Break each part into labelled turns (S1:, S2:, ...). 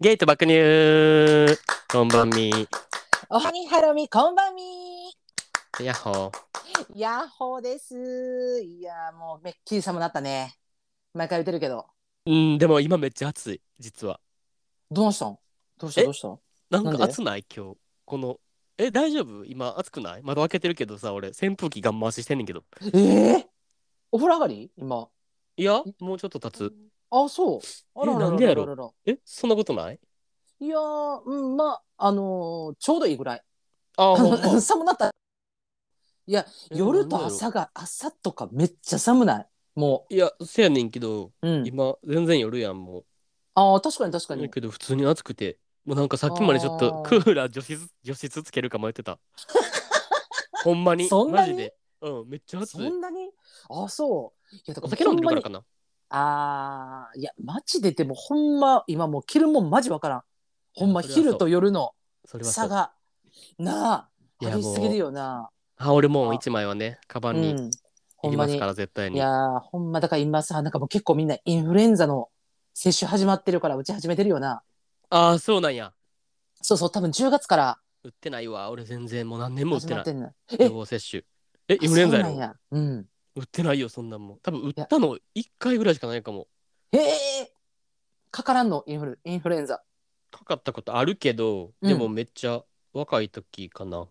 S1: ゲート爆乳こんばんみ
S2: おはにハロミこんばんみ
S1: やっほー
S2: ヤッホーですいやーもうめっきり寒なったね毎回言ってるけど
S1: うんでも今めっちゃ暑い実は
S2: どうしたんどうした
S1: え
S2: どうしたん
S1: なん
S2: なん
S1: か
S2: で
S1: 暑ない今日このえ大丈夫今暑くない窓開けてるけどさ俺扇風機ガン回ししてんねんけど
S2: ええお風呂上がり今
S1: いやもうちょっと経つ
S2: あそうあらららららら
S1: なんでやろえそんなことない
S2: いやーうんまああのーちょうどいいぐらい
S1: あーほんま
S2: 寒なったいや
S1: え な
S2: 夜
S1: ん
S2: と
S1: でやろ
S2: 朝が朝とかめっちゃ寒ないも
S1: いやせやねんけど
S2: う、うん、
S1: 今全然夜やんも
S2: ああ確かに確か
S1: う
S2: に
S1: やけど普通に暑くてもうなんかさっきまでちょっと
S2: あー
S1: クーラー除湿除湿つけるか迷って たほんまに
S2: そんな
S1: マ
S2: に
S1: ジでうんめっちゃ暑
S2: そ
S1: い
S2: んなにあそういやだ
S1: お
S2: から
S1: 酒飲んでるから
S2: ほ
S1: か
S2: んまに
S1: な
S2: あーいやマジででもほんま今もう着るもんマジわからんほんま
S1: いやそれはそう
S2: 昼と夜の
S1: それはそ
S2: 差
S1: う
S2: がなあ
S1: いや
S2: 激しすぎるよな
S1: 羽織るもん一枚はね、カバ
S2: う
S1: ンに
S2: ん
S1: い
S2: ほ
S1: り
S2: んま
S1: ます
S2: に
S1: から、絶対
S2: い
S1: に。
S2: やーほんまだから今さなんかもう結構みんなインフルエンザの接種始まってるから打ち始めてるよな
S1: ああ、そうなんや。
S2: そうそう多分10月から
S1: 売ってないわ。俺全然もう何年も売っ
S2: 始
S1: て
S2: ま
S1: な
S2: っ
S1: い
S2: て。んの
S1: 予防接種。え、インフルエンザや
S2: あそうな
S1: ろ
S2: んやうん
S1: 売ってないよ、そんなんもん。多分売ったの1回ぐらいしかないかも。
S2: へえかからんのインフルインフルエンザ
S1: かかったことあるけど、
S2: うん
S1: でもめっちゃ若い時かな。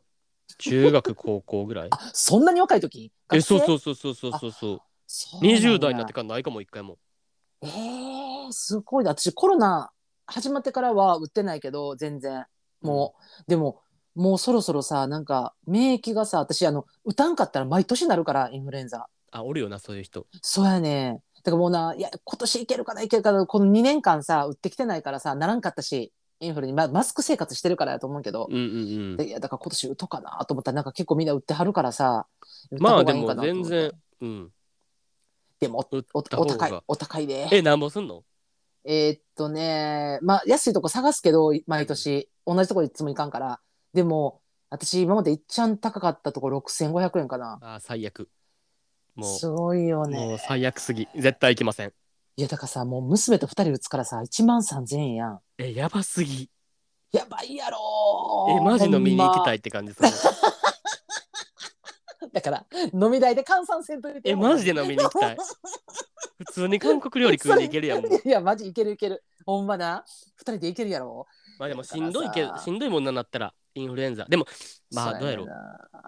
S1: 中学、高校ぐらい。
S2: あそんなに若い時
S1: え、そう
S2: 学
S1: そ
S2: 生
S1: うそうそうそうそうそう。
S2: そうなんや
S1: 20代になってからないかも、1回も。
S2: えー、すごいな私コロナ始まってからは売ってないけど全然もう、でももうそろそろさなんか免疫がさ私あの打たんかったら毎年なるからインフルエンザ
S1: あ、おるよな、そういう人。
S2: そうやねだからもうないや今年いけるかないけるかなこの2年間さ売ってきてないからさならんかったしインフルに、ま、マスク生活してるからやと思うけど
S1: うん、うんう
S2: でいやだから今年打とうかなと思ったらなんか結構みんな売ってはるからさ打った
S1: まあ
S2: 方がいいんかなと思っ
S1: でも全
S2: て
S1: 然ん。うん。
S2: でも
S1: 売っ
S2: おお
S1: た方
S2: お高い
S1: が。
S2: お高いで
S1: え、なんぼすんの
S2: えーっとね、まあ、安いとこ探すけど、毎年、同じとこいつも行かんから。でも、私、今までいっちゃん高かったとこ6500円かな。
S1: あー、最悪。もう
S2: す。ごいよね。
S1: もう最悪すぎ絶対行きません
S2: いや、だからさ、もう娘と2人打つからさ、1万3000円やん。
S1: えやばすぎ
S2: やばいや
S1: え
S2: ろ
S1: マジ飲みに行きた
S2: い。
S1: いって感じそれ
S2: ほんまだから、飲み代で換算せんといて
S1: え
S2: よ。
S1: マジで飲みに行きた い普通に韓国料理食うでいけるやんもう
S2: いや、マジいけるいける。ほんまな。2人でいけるやろ。
S1: まあでもしんどいけ
S2: だからさ
S1: しんどいもんなんなったらインフルエンザでもまあどうやろう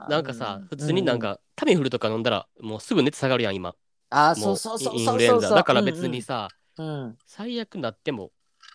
S1: なんかさ普通になん
S2: あ
S1: かタミフルとか飲んだらもうすぐ熱下がるやん今
S2: あー、
S1: も
S2: そうそうそうそうそう。
S1: インフルエンザだから別にさ
S2: うんうん。うん
S1: 最悪なってもまあ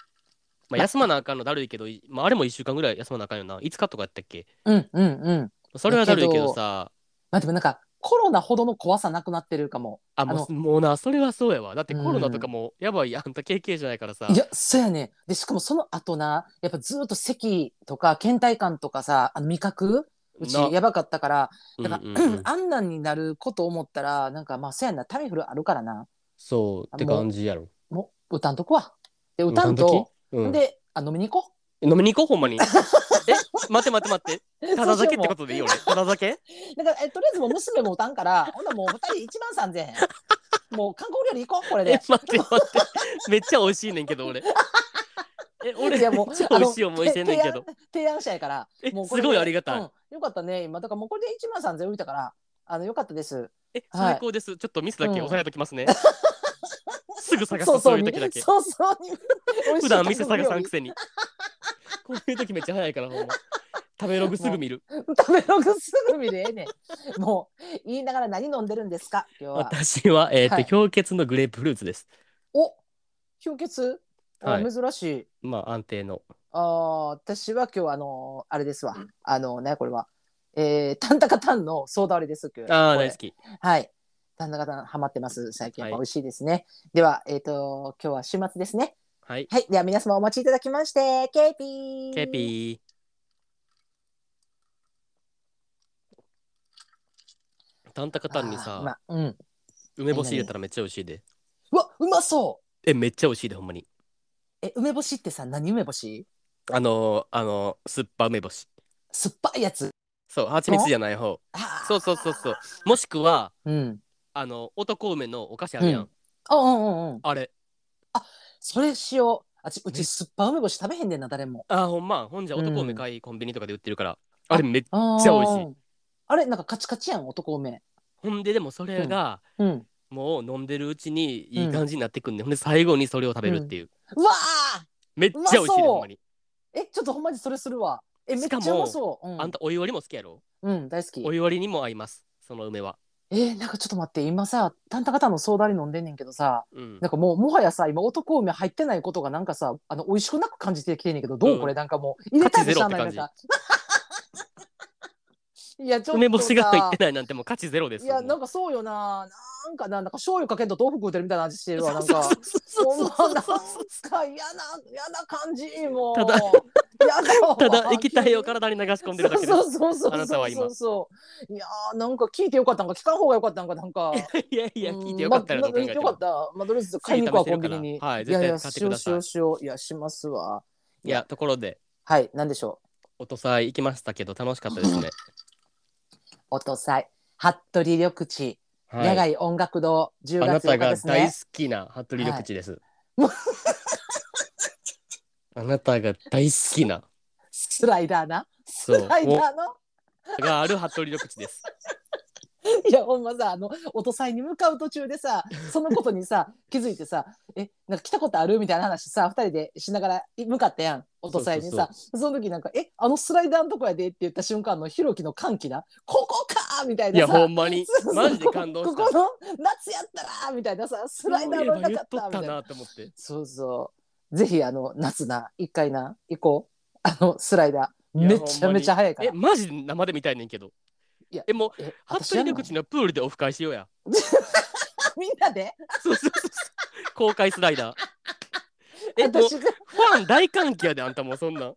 S2: まあ
S1: 休まなあかんのだるいけどいまああれも1週間ぐらい休まなあかんよな5日とかやったっけ
S2: うんうんうん。
S1: それはだるいけ
S2: だけ
S1: ど
S2: ど
S1: さ
S2: まあでもなんかコロナほどの怖さなくなってるかも。
S1: あも
S2: あ
S1: うもうなそれはそうやわだってコロナとかもやばいやんあんた経験じゃないからさ
S2: いや、そうやね。で、しかもその後な、やっぱずっと咳とか倦怠感とかさ、あの味覚うち
S1: な
S2: やばかったから、だから、
S1: うんうんうん
S2: あんなんになること思ったら、なんかまあそうやな、タミフルあるからな。
S1: そうって感じやろ。
S2: もう、歌んとこは。で、歌んと、
S1: うん、で
S2: で、あ、飲みに行こ
S1: 飲みに行こうほん まに。え待って待って待って。
S2: う。
S1: ただ酒って
S2: そうしようもう
S1: ことでいいよね。ただ酒
S2: だから、え、とりあえずもう娘も歌んから、ほんならもう二人一万三千 円。もう韓国料理行こう、これ
S1: え
S2: で。
S1: 待って待って。めっちゃ美味しいねんけど俺。え俺
S2: い
S1: めっ
S2: やもう
S1: ちゃ美味しい思いしてんねんけど。
S2: 提案者やから。
S1: え
S2: もう
S1: すごいありがたい。
S2: うんよかったね、今。だからもうこれで1万3000円浮いたから、あの、よかったです。
S1: え
S2: はい
S1: 最高です。ちょっとミスだけ
S2: うん
S1: 押さえとき ますね。すぐ探
S2: そ
S1: す
S2: うそ
S1: そう
S2: う
S1: いう
S2: に、
S1: 時だけ。
S2: そうそうに。美味しい
S1: 普段店探さんくせに。こういう時めっちゃ早いからほんま。食べログすぐ見る。
S2: 食べログすぐ見れええね んもう、言いながら何飲んでるんですか、今日は。
S1: 私は、えっ、と、
S2: はい
S1: 氷結のグレープフルーツです。
S2: お氷結あ
S1: はい
S2: 珍しい。
S1: まあ、安定の。
S2: ああ私は今日、あのあれですわ。あのね、これは。えー、タンタカタンのソーダ割りです。今日
S1: ああ、
S2: これ
S1: 大好き。
S2: はい。タンタカタンハマってます。最近やっぱ
S1: はい
S2: 美味しいですね。では、えっ、と、今日は週末ですね。
S1: はい。
S2: はい。では皆様お待ちいただきまして、ケイピー。
S1: ケピー。タンタカタンに
S2: あー
S1: さ、
S2: まあうん。
S1: 梅干し入れたらめっちゃ美味しいで。
S2: うわ、うまそ
S1: え、めっちゃ美味しいで、ほんまに。
S2: う。え、梅干しってさ、何梅干し
S1: あのー、あのー、酸っぱ梅干し。
S2: 酸っぱいやつ。
S1: そう、蜂蜜じゃない方。
S2: あー
S1: そうそうそうそう。。もしくは、
S2: うん。
S1: あの、男梅のお菓子あるやん。
S2: うんうんうんうん。
S1: あれ。
S2: それしよう。あっち、うち酸っぱ梅干し食べへんねんな、誰も。
S1: あー、ほんま。ほんじゃ、男梅かいコンビニとかで売ってるから。あれめっ
S2: あ
S1: ちゃ美味しい
S2: ーあれ、なんかカチカチやん、男梅。
S1: ほんで、でもそれが、
S2: うん。
S1: もう飲んでるうちにいい感じになってくんで、ほんで最後にそれを食べるっていう。
S2: うわ
S1: めっちゃ美味しいで
S2: うまそう
S1: ほんまに。
S2: ーえ、ちょっとほんまにそれするわ。え、めっ
S1: し
S2: ち
S1: か
S2: ゃ
S1: も
S2: うまそう。うん、
S1: あんたお湯割りも好きやろ
S2: うん、大好き。
S1: お湯割りにも合います。その梅は。
S2: えーなんかちょっと待って、今さ、タンタカタンのソーダ割り飲んでんねんけどさ、
S1: うん
S2: なん。かもう、もはやさ、今、男梅入ってないことがなんかさ、あの、美味しくなく感じてきてんねんけど、ど
S1: うん
S2: うこれ、なんかもう、入れたりしゃあない
S1: 価値
S2: なん
S1: ゼロっ
S2: か。 いや、ちょっとさ。
S1: 梅干しが入ってないなんてもう価値ゼロです
S2: い
S1: よ。
S2: や、なん
S1: も
S2: かそうよな。なんかな、なんか醤油かけんと豆腐食うてるみたいな味して
S1: う
S2: るわ、なん
S1: そう
S2: か。
S1: そうそう
S2: ほんま
S1: そう
S2: なん
S1: そう
S2: か嫌な、嫌な感じ、もう。
S1: ただ
S2: 嫌だわ、
S1: ただ液体を体に流し込んでるだけです。
S2: そうそうそうそうそうそう。
S1: あなたは今
S2: そうそういやーなんか聞いてよかったんか聞かん方がよかったんかなんか。
S1: いやいや、聞いてよかったら
S2: ま
S1: ど
S2: あ
S1: う考え
S2: ま
S1: て
S2: あよか
S1: も
S2: っ。た。まあとりあえず買いに行くわコンビニに。
S1: はい、
S2: や
S1: 絶
S2: い
S1: 対
S2: や
S1: 買って
S2: し
S1: く
S2: よう
S1: だ
S2: し
S1: さ
S2: よ。
S1: いう
S2: しよう。いやしますわ。
S1: いや、ところで、
S2: はいなんでしょ
S1: おとさい行きましたけど、楽しかったですね。
S2: う。おとさい服部緑地野
S1: はい。
S2: 外音楽堂10
S1: あな
S2: 月
S1: た
S2: 4日
S1: が
S2: です
S1: 大
S2: ね
S1: 好。きな服部緑地です。あなたが大好きな、
S2: スライダーな。ス
S1: そう
S2: ライダーの。
S1: がある服部緑地です。
S2: いやほんまさあの音祭に向かう途中でさそのことにさ 気づいてさ「えなんか来たことある?」みたいな話さ二人でしながらい向かったやん音祭にさその時なんか「えあのスライダーのとこやで」って言った瞬間のひろきの歓喜な「ここか!」みたい
S1: い
S2: な
S1: や、
S2: さ
S1: ほんまに
S2: そうそ、う
S1: マジで感動
S2: こ
S1: し
S2: こ
S1: た。
S2: の夏やったらみたいなさスライダー
S1: そう
S2: 乗
S1: いえば
S2: りた
S1: 言
S2: か
S1: っ
S2: っ
S1: とった
S2: み
S1: た
S2: たいな
S1: なと思って。
S2: そうそうぜひあの夏な一回な行こうあのスライダー
S1: いや
S2: めちゃめちゃ早いから
S1: え、マジで生で見たいねんけど。
S2: いや
S1: え、もう、
S2: え
S1: 服
S2: 私
S1: 部
S2: やんの
S1: 緑地のプールでオフ会しようや。
S2: みんなで
S1: そうそうそうそう。公開スライ ダー。え、もう
S2: 私が
S1: ファン大歓喜やで、あんたもうそんなん。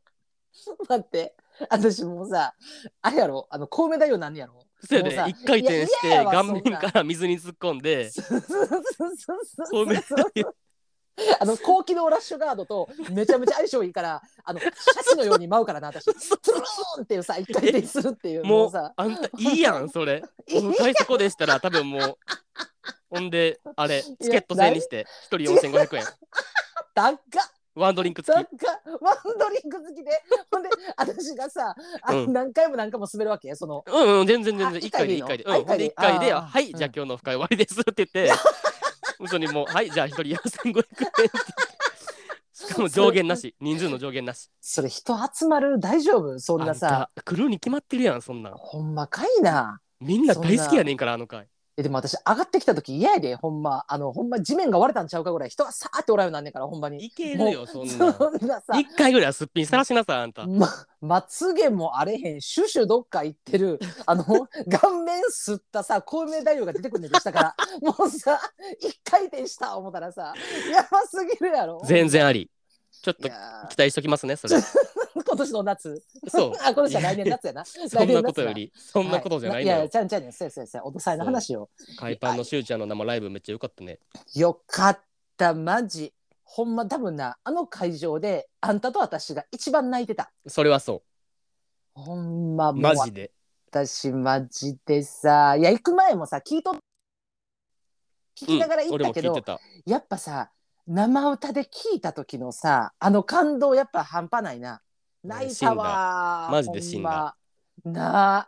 S2: 待って私もうさあれやろあのコウメ太夫なんやろ
S1: そうや
S2: もうさ
S1: で、一回転し
S2: いや
S1: て
S2: 嫌やわ
S1: 顔
S2: そんなん
S1: 面から水に突っ込んで、
S2: そうそうそうそう
S1: コウメ太
S2: あの高機能ラッシュガードとめちゃめちゃ相性いいからあのシャチのように舞うからな私 トゥルーンっていうさ一回転するっていう
S1: もう
S2: さ
S1: あんたいいやん、それ。オフ会そこでしたら、多分もう。ほんで、あれ、チケット制にして、一人4500円。
S2: だっか
S1: ワンドリンク
S2: だ
S1: 付
S2: っ
S1: き。
S2: かワンドリンク好 きでほんで私がさあ
S1: うん
S2: 何回も何回も滑るわけその
S1: うんうん、全然全
S2: あ
S1: 然。一
S2: 一
S1: 回
S2: 回
S1: で
S2: で
S1: 一回で。
S2: いいの
S1: うん。ほんで一
S2: あ一回で
S1: 回で、
S2: あー
S1: はい、
S2: うん
S1: じゃあ今日のオフ会終わりですって言って、本当にもう、はい、じゃあ一人4500円って言って。しかも上限なし、人数の上限なし。
S2: それ人集まる大丈夫そん
S1: あ
S2: なんさ
S1: た、来るに決まってるやん、そんなん。
S2: ほんまかいな
S1: みんな大好きやねんから、あの回。
S2: えでも私上がってきた時嫌やでほんまあのほんま地面が割れたんちゃうかぐらい人がさーっておらんようになんねんからほんまに
S1: いけるよ、そんなん。
S2: そんなさ
S1: 一回ぐらいはすっぴんさらしなさい、あんた。
S2: ままつげも荒れへんシュシュどっか行って るあの顔面すったさ孔明太夫が出てくんねんでしたからもうさ一回転した思ったらさやばすぎるやろ
S1: 全然あり。ちょっ
S2: い
S1: と期
S2: や
S1: 待しときますね、それ。
S2: ー 今年の夏
S1: そう
S2: あ今年は来年夏や な
S1: そん
S2: 来年
S1: な
S2: 夏
S1: ことより、そんなことじゃないんだ
S2: はい、いやい
S1: よ
S2: や。ちゃうんちゃうねんそうやそうやそうやおとさえの話よ
S1: 海パンのしゅうちゃんの生ライブめっちゃ良かったね。
S2: よかったマジほんま多分なあの会場であんたと私が一番泣いてた
S1: それはそ
S2: ほんま
S1: う。
S2: もう
S1: マジで。
S2: 私マジでさいや行く前もさ聞いと聞
S1: う
S2: き
S1: ん
S2: ながら行っ
S1: 俺
S2: た
S1: も
S2: け
S1: 聞
S2: ど、
S1: いてた。
S2: やっぱさ生歌で聞いた時のさあの感動やっぱ半端ないな泣いたわ
S1: マジで死んだ
S2: ほんまなあ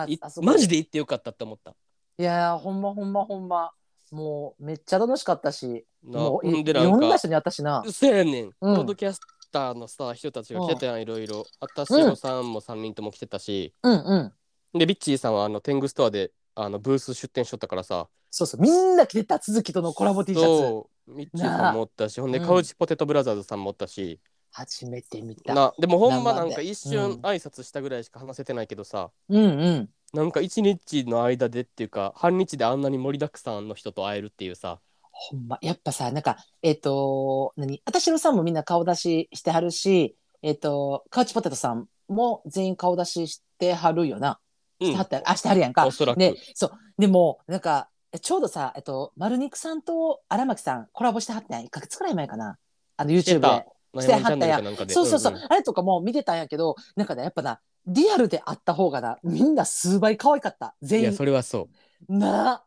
S2: あ
S1: い
S2: あそこ
S1: マジで行ってよかったって思った。
S2: いやーほんまほんまほんまもうめっちゃ楽しかったし
S1: な
S2: も
S1: ほ
S2: うい
S1: んで
S2: い
S1: な
S2: ろ
S1: ん
S2: んな
S1: か、
S2: 人に会ったしな
S1: せやねん。ポ
S2: うん
S1: ッドキャスターのさ、人たちが来てたやん、いろいろ。あたしのさんも3人とも来てたし、
S2: うんうん
S1: で、ビッチーさんはあの、天狗ストアで、あの、ブース出店しとったからさ、
S2: そうそうみんな着てた続きとのコラボ T シャツ
S1: そうミッチーさんもおったしほんで
S2: うん
S1: カウチポテトブラザーズさんもおったし、
S2: 初めて見た
S1: なでもほんまなん
S2: 生
S1: か
S2: で
S1: 一瞬
S2: うん
S1: 挨拶したぐらいしか話せてないけどさ、
S2: うんうん
S1: なんか一日の間でっていうか半日であんなに盛りだくさんの人と会えるっていうさ
S2: ほんまやっぱさなんかえっ、と何私のさんもみんな顔出ししてはるしえっ、とカウチポテトさんも全員顔出ししてはるよな
S1: う
S2: しては
S1: ん
S2: った、あしてはるやんか
S1: おそらく、
S2: でそうでもなんかちょうどさえっと丸肉さんと荒牧さんコラボしてはったやん1か月くらい前かなあの YouTube でしては
S1: ナ
S2: ったやん
S1: イマンチャンネルかなんかで
S2: そうそうそう、
S1: んん
S2: あれとかも見てたんやけどなんかねやっぱなリアルであった方がなみんな数倍可愛かった
S1: い
S2: 全
S1: や
S2: 員
S1: それはそ
S2: なあ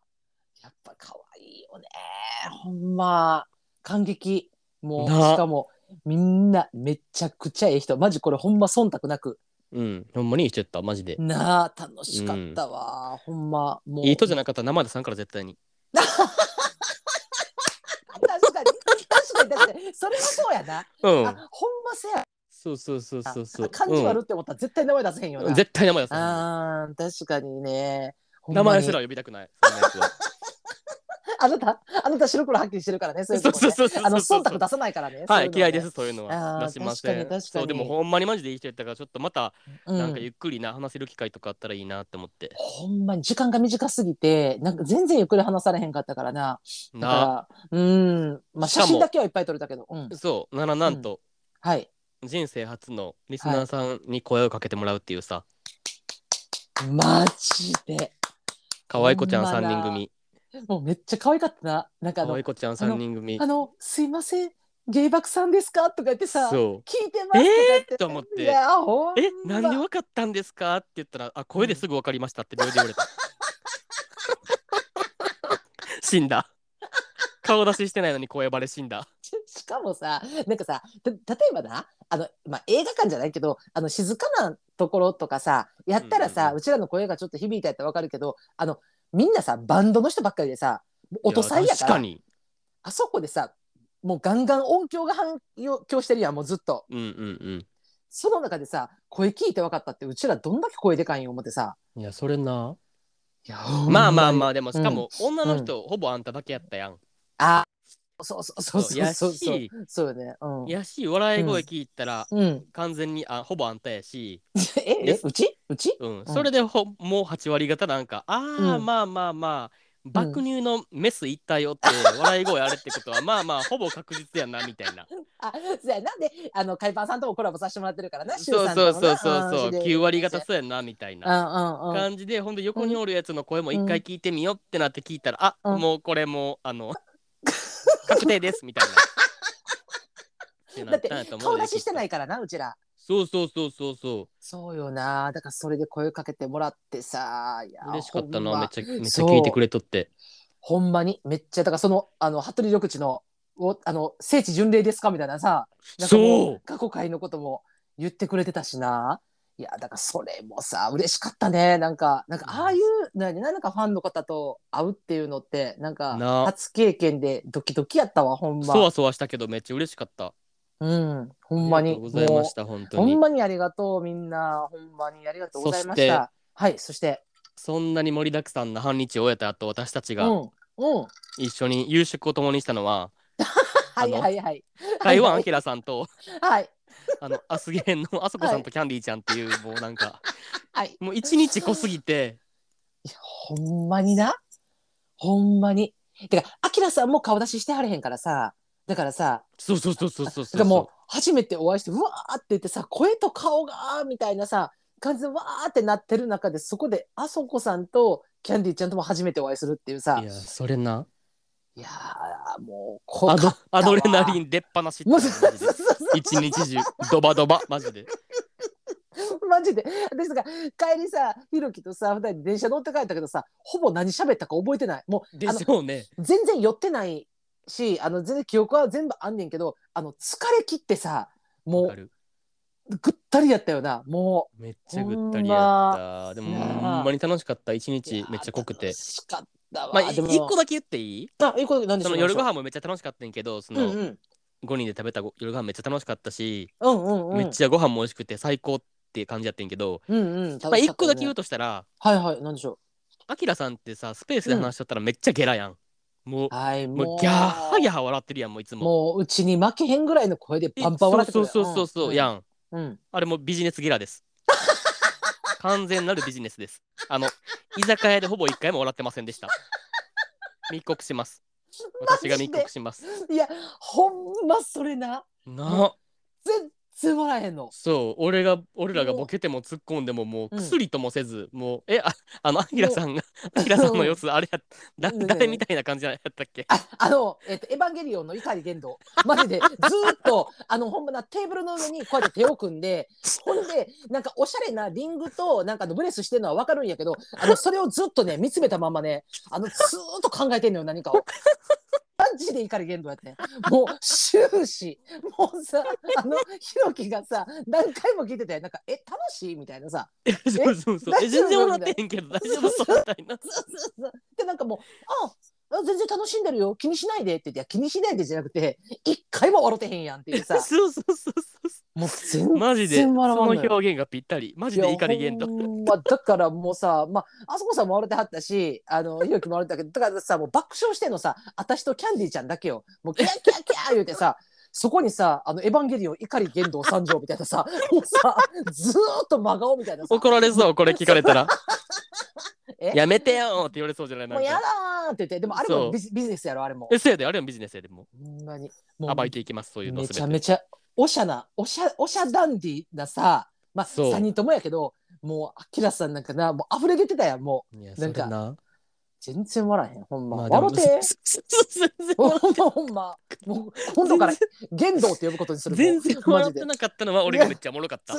S2: やっぱ可愛いよねほんま感激もう
S1: なあ
S2: しかもみんなめちゃくちゃええ人マジこれほんま忖度なく
S1: うん、ほんまにいい人やった、マジで。
S2: なあ楽しかったわ、ほんまもう
S1: いい人じゃ
S2: ない
S1: なかったら生田さんから絶対に。
S2: 確かに確かに確かにそれもそうやな、
S1: うん。
S2: あほんませや
S1: そうそうそうそうそう。
S2: 感じ悪って思ったら絶対名前出せへんよな、
S1: うん、絶対生田さん。
S2: あー確かにねほんま
S1: 名
S2: に
S1: 前すら呼びたくない。そんなやつは
S2: あなたあなた白黒はっきりしてるから ねそういうと
S1: そう
S2: こね
S1: そうそうそう。
S2: あの忖度出さないからね、
S1: はい、嫌いですす、そういうの
S2: あ
S1: は。
S2: ー
S1: 出しませ
S2: 確かに
S1: ん
S2: 確か。に
S1: そう、でもほんまにマジでいい人やったから、ちょっとまた、
S2: そういうの
S1: な
S2: ね
S1: んか
S2: うん
S1: ゆっくりな、話せる機会とかあったらいいなって思って。
S2: ほんまに時間が短すぎてなんか全然ゆっくり話されへんかったからなだ
S1: な
S2: からうんまあ
S1: しかも
S2: 写真だけはいっぱい撮れたけど、うん、
S1: そう、ならなんと、
S2: はい
S1: 人生初のリスナーさんに声をかけてもらうっていうさ、
S2: マジで
S1: 可愛い子ちゃん
S2: ほんま
S1: 3
S2: な
S1: 人組、
S2: もうめっちゃ可愛かったななんかあ
S1: 可
S2: の
S1: 愛い子ちゃん3人組
S2: あ。の、すいません、芸爆さんですかとか言ってさ、聞
S1: そ
S2: いてますとか言って。
S1: えーと思って
S2: いや、ほん
S1: う。
S2: ま
S1: え、なんでわかったんですかって言ったら、あ、声ですぐわかりましたって秒で言われた。死んだ。顔出ししてないのに声バレ死んだ。
S2: しかもさ、なんかさ、た例えばな、あの、まあ、映画館じゃないけど、あの、静かなところとかさ、やったら
S1: う
S2: さ、うん
S1: うんうん
S2: ちらの声がちょっと響いたやったらわかるけど、あの、みんなさ、バンドの人ばっかりでさ、音さえや
S1: いや
S2: か、
S1: 確からに。
S2: あそこでさ、もうガンガン音響が反響してるやん、もうずっと。
S1: うんうん
S2: その中でさ、声聞いてわかったって、うちらどんだけ声でかいんよ思ってさ。
S1: うん。いや、それな。
S2: いや
S1: まあまあま
S2: あ。
S1: あ、でもしかも、女の人、ほぼあんただけやったやん。
S2: あ、そうそうそう
S1: そう
S2: そう
S1: や
S2: そうそう。
S1: し、
S2: そうよね。うん。
S1: やし、笑い声聞いたら、
S2: うん。
S1: 完全にあほぼあんたやし、
S2: え、え、うちうち
S1: うん、それでほもう8割方なんか、ああ、
S2: うん
S1: まあまあまあ、爆乳のメス一体をって笑い声あれってことは、まあまあ、ほぼ確実やな、みたいな。
S2: あ、そうや。なんで、あの、海パンさんともコラボさせてもらってるからな、シュ
S1: そう
S2: ウさん
S1: そう
S2: と
S1: そ
S2: も
S1: う
S2: な
S1: そうそう、
S2: ん
S1: 9割方そうやな、みたい
S2: うん
S1: な
S2: うんうん。
S1: 感じで、ほんで横におるやつの声も一回聞いてみようってなって聞いたら、あ、
S2: うん
S1: もうこれもう、あの、 確定です、みたいな。てな
S2: だったて
S1: んやと思うで
S2: 顔出ししてな
S1: きっ
S2: いからなうちら
S1: とそうそうそうそうそう。
S2: そうよなだからそれで声かけてもらってさいや
S1: 嬉しかったな、
S2: ほんま
S1: めっちゃめっちゃ
S2: そう
S1: 聞いてくれとって。
S2: ほんまにめっちゃだからそのあの服部緑地のおあの聖地巡礼ですかみたいなさなんかも
S1: そう
S2: 過去回のことも言ってくれてたしないやだからそれもさ嬉しかったねなんかなんかああいうなんやねなんかファンの方と会うっていうのってなん
S1: な
S2: か初経験でドキドキやったわほん
S1: そわ
S2: ま
S1: そわしたけどめっちゃ嬉しかった。
S2: うんほんま
S1: あ
S2: に
S1: りがとうございまし
S2: も
S1: た本
S2: う
S1: 当
S2: ほ
S1: に
S2: ん。まにありがとうみんなほんまにありがとうございま
S1: そし
S2: してたはいそして
S1: そんなに盛りだくさんな半日を終えた後私たち
S2: う
S1: が
S2: んうん
S1: 一緒に夕食を共にしたのは、
S2: はいはいはい
S1: 台湾アキラさんと
S2: はい
S1: あのアスゲンのあそこさんとキャンディーちゃんっていうもうなん か
S2: はい
S1: もう一日濃すぎて
S2: いやほんまになほんまにてかアキラさんも顔出ししてはれへんからさだからさ
S1: そうそうそうそうそうそう
S2: でもう初めてお会いしてうわーって言ってさ声と顔がみたいなさ感じでわーってなってる中でそこであそこさんとキャンディーちゃんとも初めてお会いするっていうさ
S1: いやそれない
S2: やーもうこ
S1: アドアドレナリ
S2: ン
S1: ン出っ放しって
S2: も
S1: マ
S2: う
S1: ジ
S2: そう
S1: で
S2: そうそう
S1: 一日中ドバドバマジで
S2: マジで私が帰りさひろきとさ二人で電車乗って帰ったけどさほぼ何喋ったか覚えてないもう
S1: で
S2: あの
S1: しょうね
S2: 全然酔ってないしあの全然記憶は全部あんねんけどあの疲れ切ってさ
S1: わ
S2: も
S1: かる
S2: うぐったりやったよなも
S1: めっちゃぐったりやったでも
S2: なあ
S1: ほんまに楽しかった一
S2: うい
S1: 日
S2: やー
S1: めっちゃ濃くて
S2: 楽しかったわ、
S1: まあい
S2: でも
S1: 一個だけ言っていい
S2: あ一個何でし
S1: そ
S2: ょう
S1: の夜ご飯もめっちゃ楽しかったんやけどそ
S2: うんう
S1: の
S2: ん
S1: 5人で食べたご夜ご飯めっちゃ楽しかったし
S2: うんうんうん
S1: めっちゃご飯も美味しくて最高って感じやってんけど
S2: うんうん
S1: まあ一個だけ言う
S2: と
S1: としたら
S2: はいはい何でしょ
S1: アキラさんってさスペースで話しちゃったらめっちゃゲラやんも
S2: うはいうもう
S1: もうギャッハギャッハ笑ってるやんもういつも
S2: もううちに負けへんぐらいの声で
S1: え
S2: パンパン笑ってく
S1: そ
S2: る
S1: うそうそうそうそうやん
S2: うん、うん、
S1: あれもビジネスゲラです 完全なるビジネスですあの居酒屋でほぼ一回も笑ってませんでした密告します私が密
S2: マジ
S1: 告します
S2: でいやほんまそれな
S1: なあ
S2: 全然笑えへんの
S1: そう俺が俺らがボケても突っ込んでももう
S2: うん
S1: 薬ともせず、もうえああのアキラさんがアキラさんの様子あれやだ
S2: うん
S1: 誰みたいな感じやったっけ
S2: ああの、えっと「エヴァンゲリオン」の怒り言動マジでずーっとあのほんまなテーブルの上にこうやって手を組んでほんでなんかおしゃれなリングとなんかあのブレスしてるのはわかるんやけどあのそれをずっとね見つめたままねあのずーっと考えてんのよ何かを。ジで怒り言動やってもう終始もうさあのひろきがさ何回も聞いててなんか「え楽しい?」みたいなさ
S1: そうそうそう。
S2: 大丈夫
S1: え全然笑ってへんけど大丈夫そうみたいな。
S2: そうそうそうでなんかもう「ああ全然楽しんでるよ気にしないで」って言っていや「気にしないで」じゃなくて一回も笑ってへんやんっていうさ
S1: そうそうそうそうそ
S2: もう全
S1: う。マジで、そ
S2: 然笑わ
S1: の
S2: んのよ
S1: 表現がぴったり。マジで怒り言動。
S2: いやほんまだからもうさ、まあ、あそこさんも笑ってはったし、あの、ひろきも笑ってたけど、だからさ、もう爆笑してんのさ、私とキャンディーちゃんだけよ。もう、キャーキャーキャー言うてさ、そこにさ、あの、エヴァンゲリオン怒り言動三条みたいなさ、もうさ、ずーっと真顔みたいなさ、
S1: 怒られそう、これ聞かれたら
S2: え。
S1: やめてよって言われそうじゃないな
S2: も
S1: ん
S2: うやだ
S1: か。
S2: ーって言って、でもあれ
S1: そう
S2: もビジビジネスやろ、あれも。
S1: え、せやで、あれはビジネスやで、も
S2: ほんまに。も
S1: う
S2: う
S1: 暴いていきます、そういうの
S2: め
S1: す
S2: ちゃ
S1: べ
S2: め
S1: て。
S2: ちゃおしゃなおしゃおしゃダンディなさまあ
S1: そう
S2: 3人ともやけどもうアキラさんなんかなもう溢れ出てたやんもう
S1: いや
S2: なんか
S1: それな
S2: 全然笑えへんほんま、
S1: まあでも
S2: 笑て ほんまほんまもう今度から言動って呼ぶことにする
S1: 全然
S2: マ
S1: 笑
S2: ジ
S1: って
S2: で
S1: なかったのは俺がめっちゃおもろか った。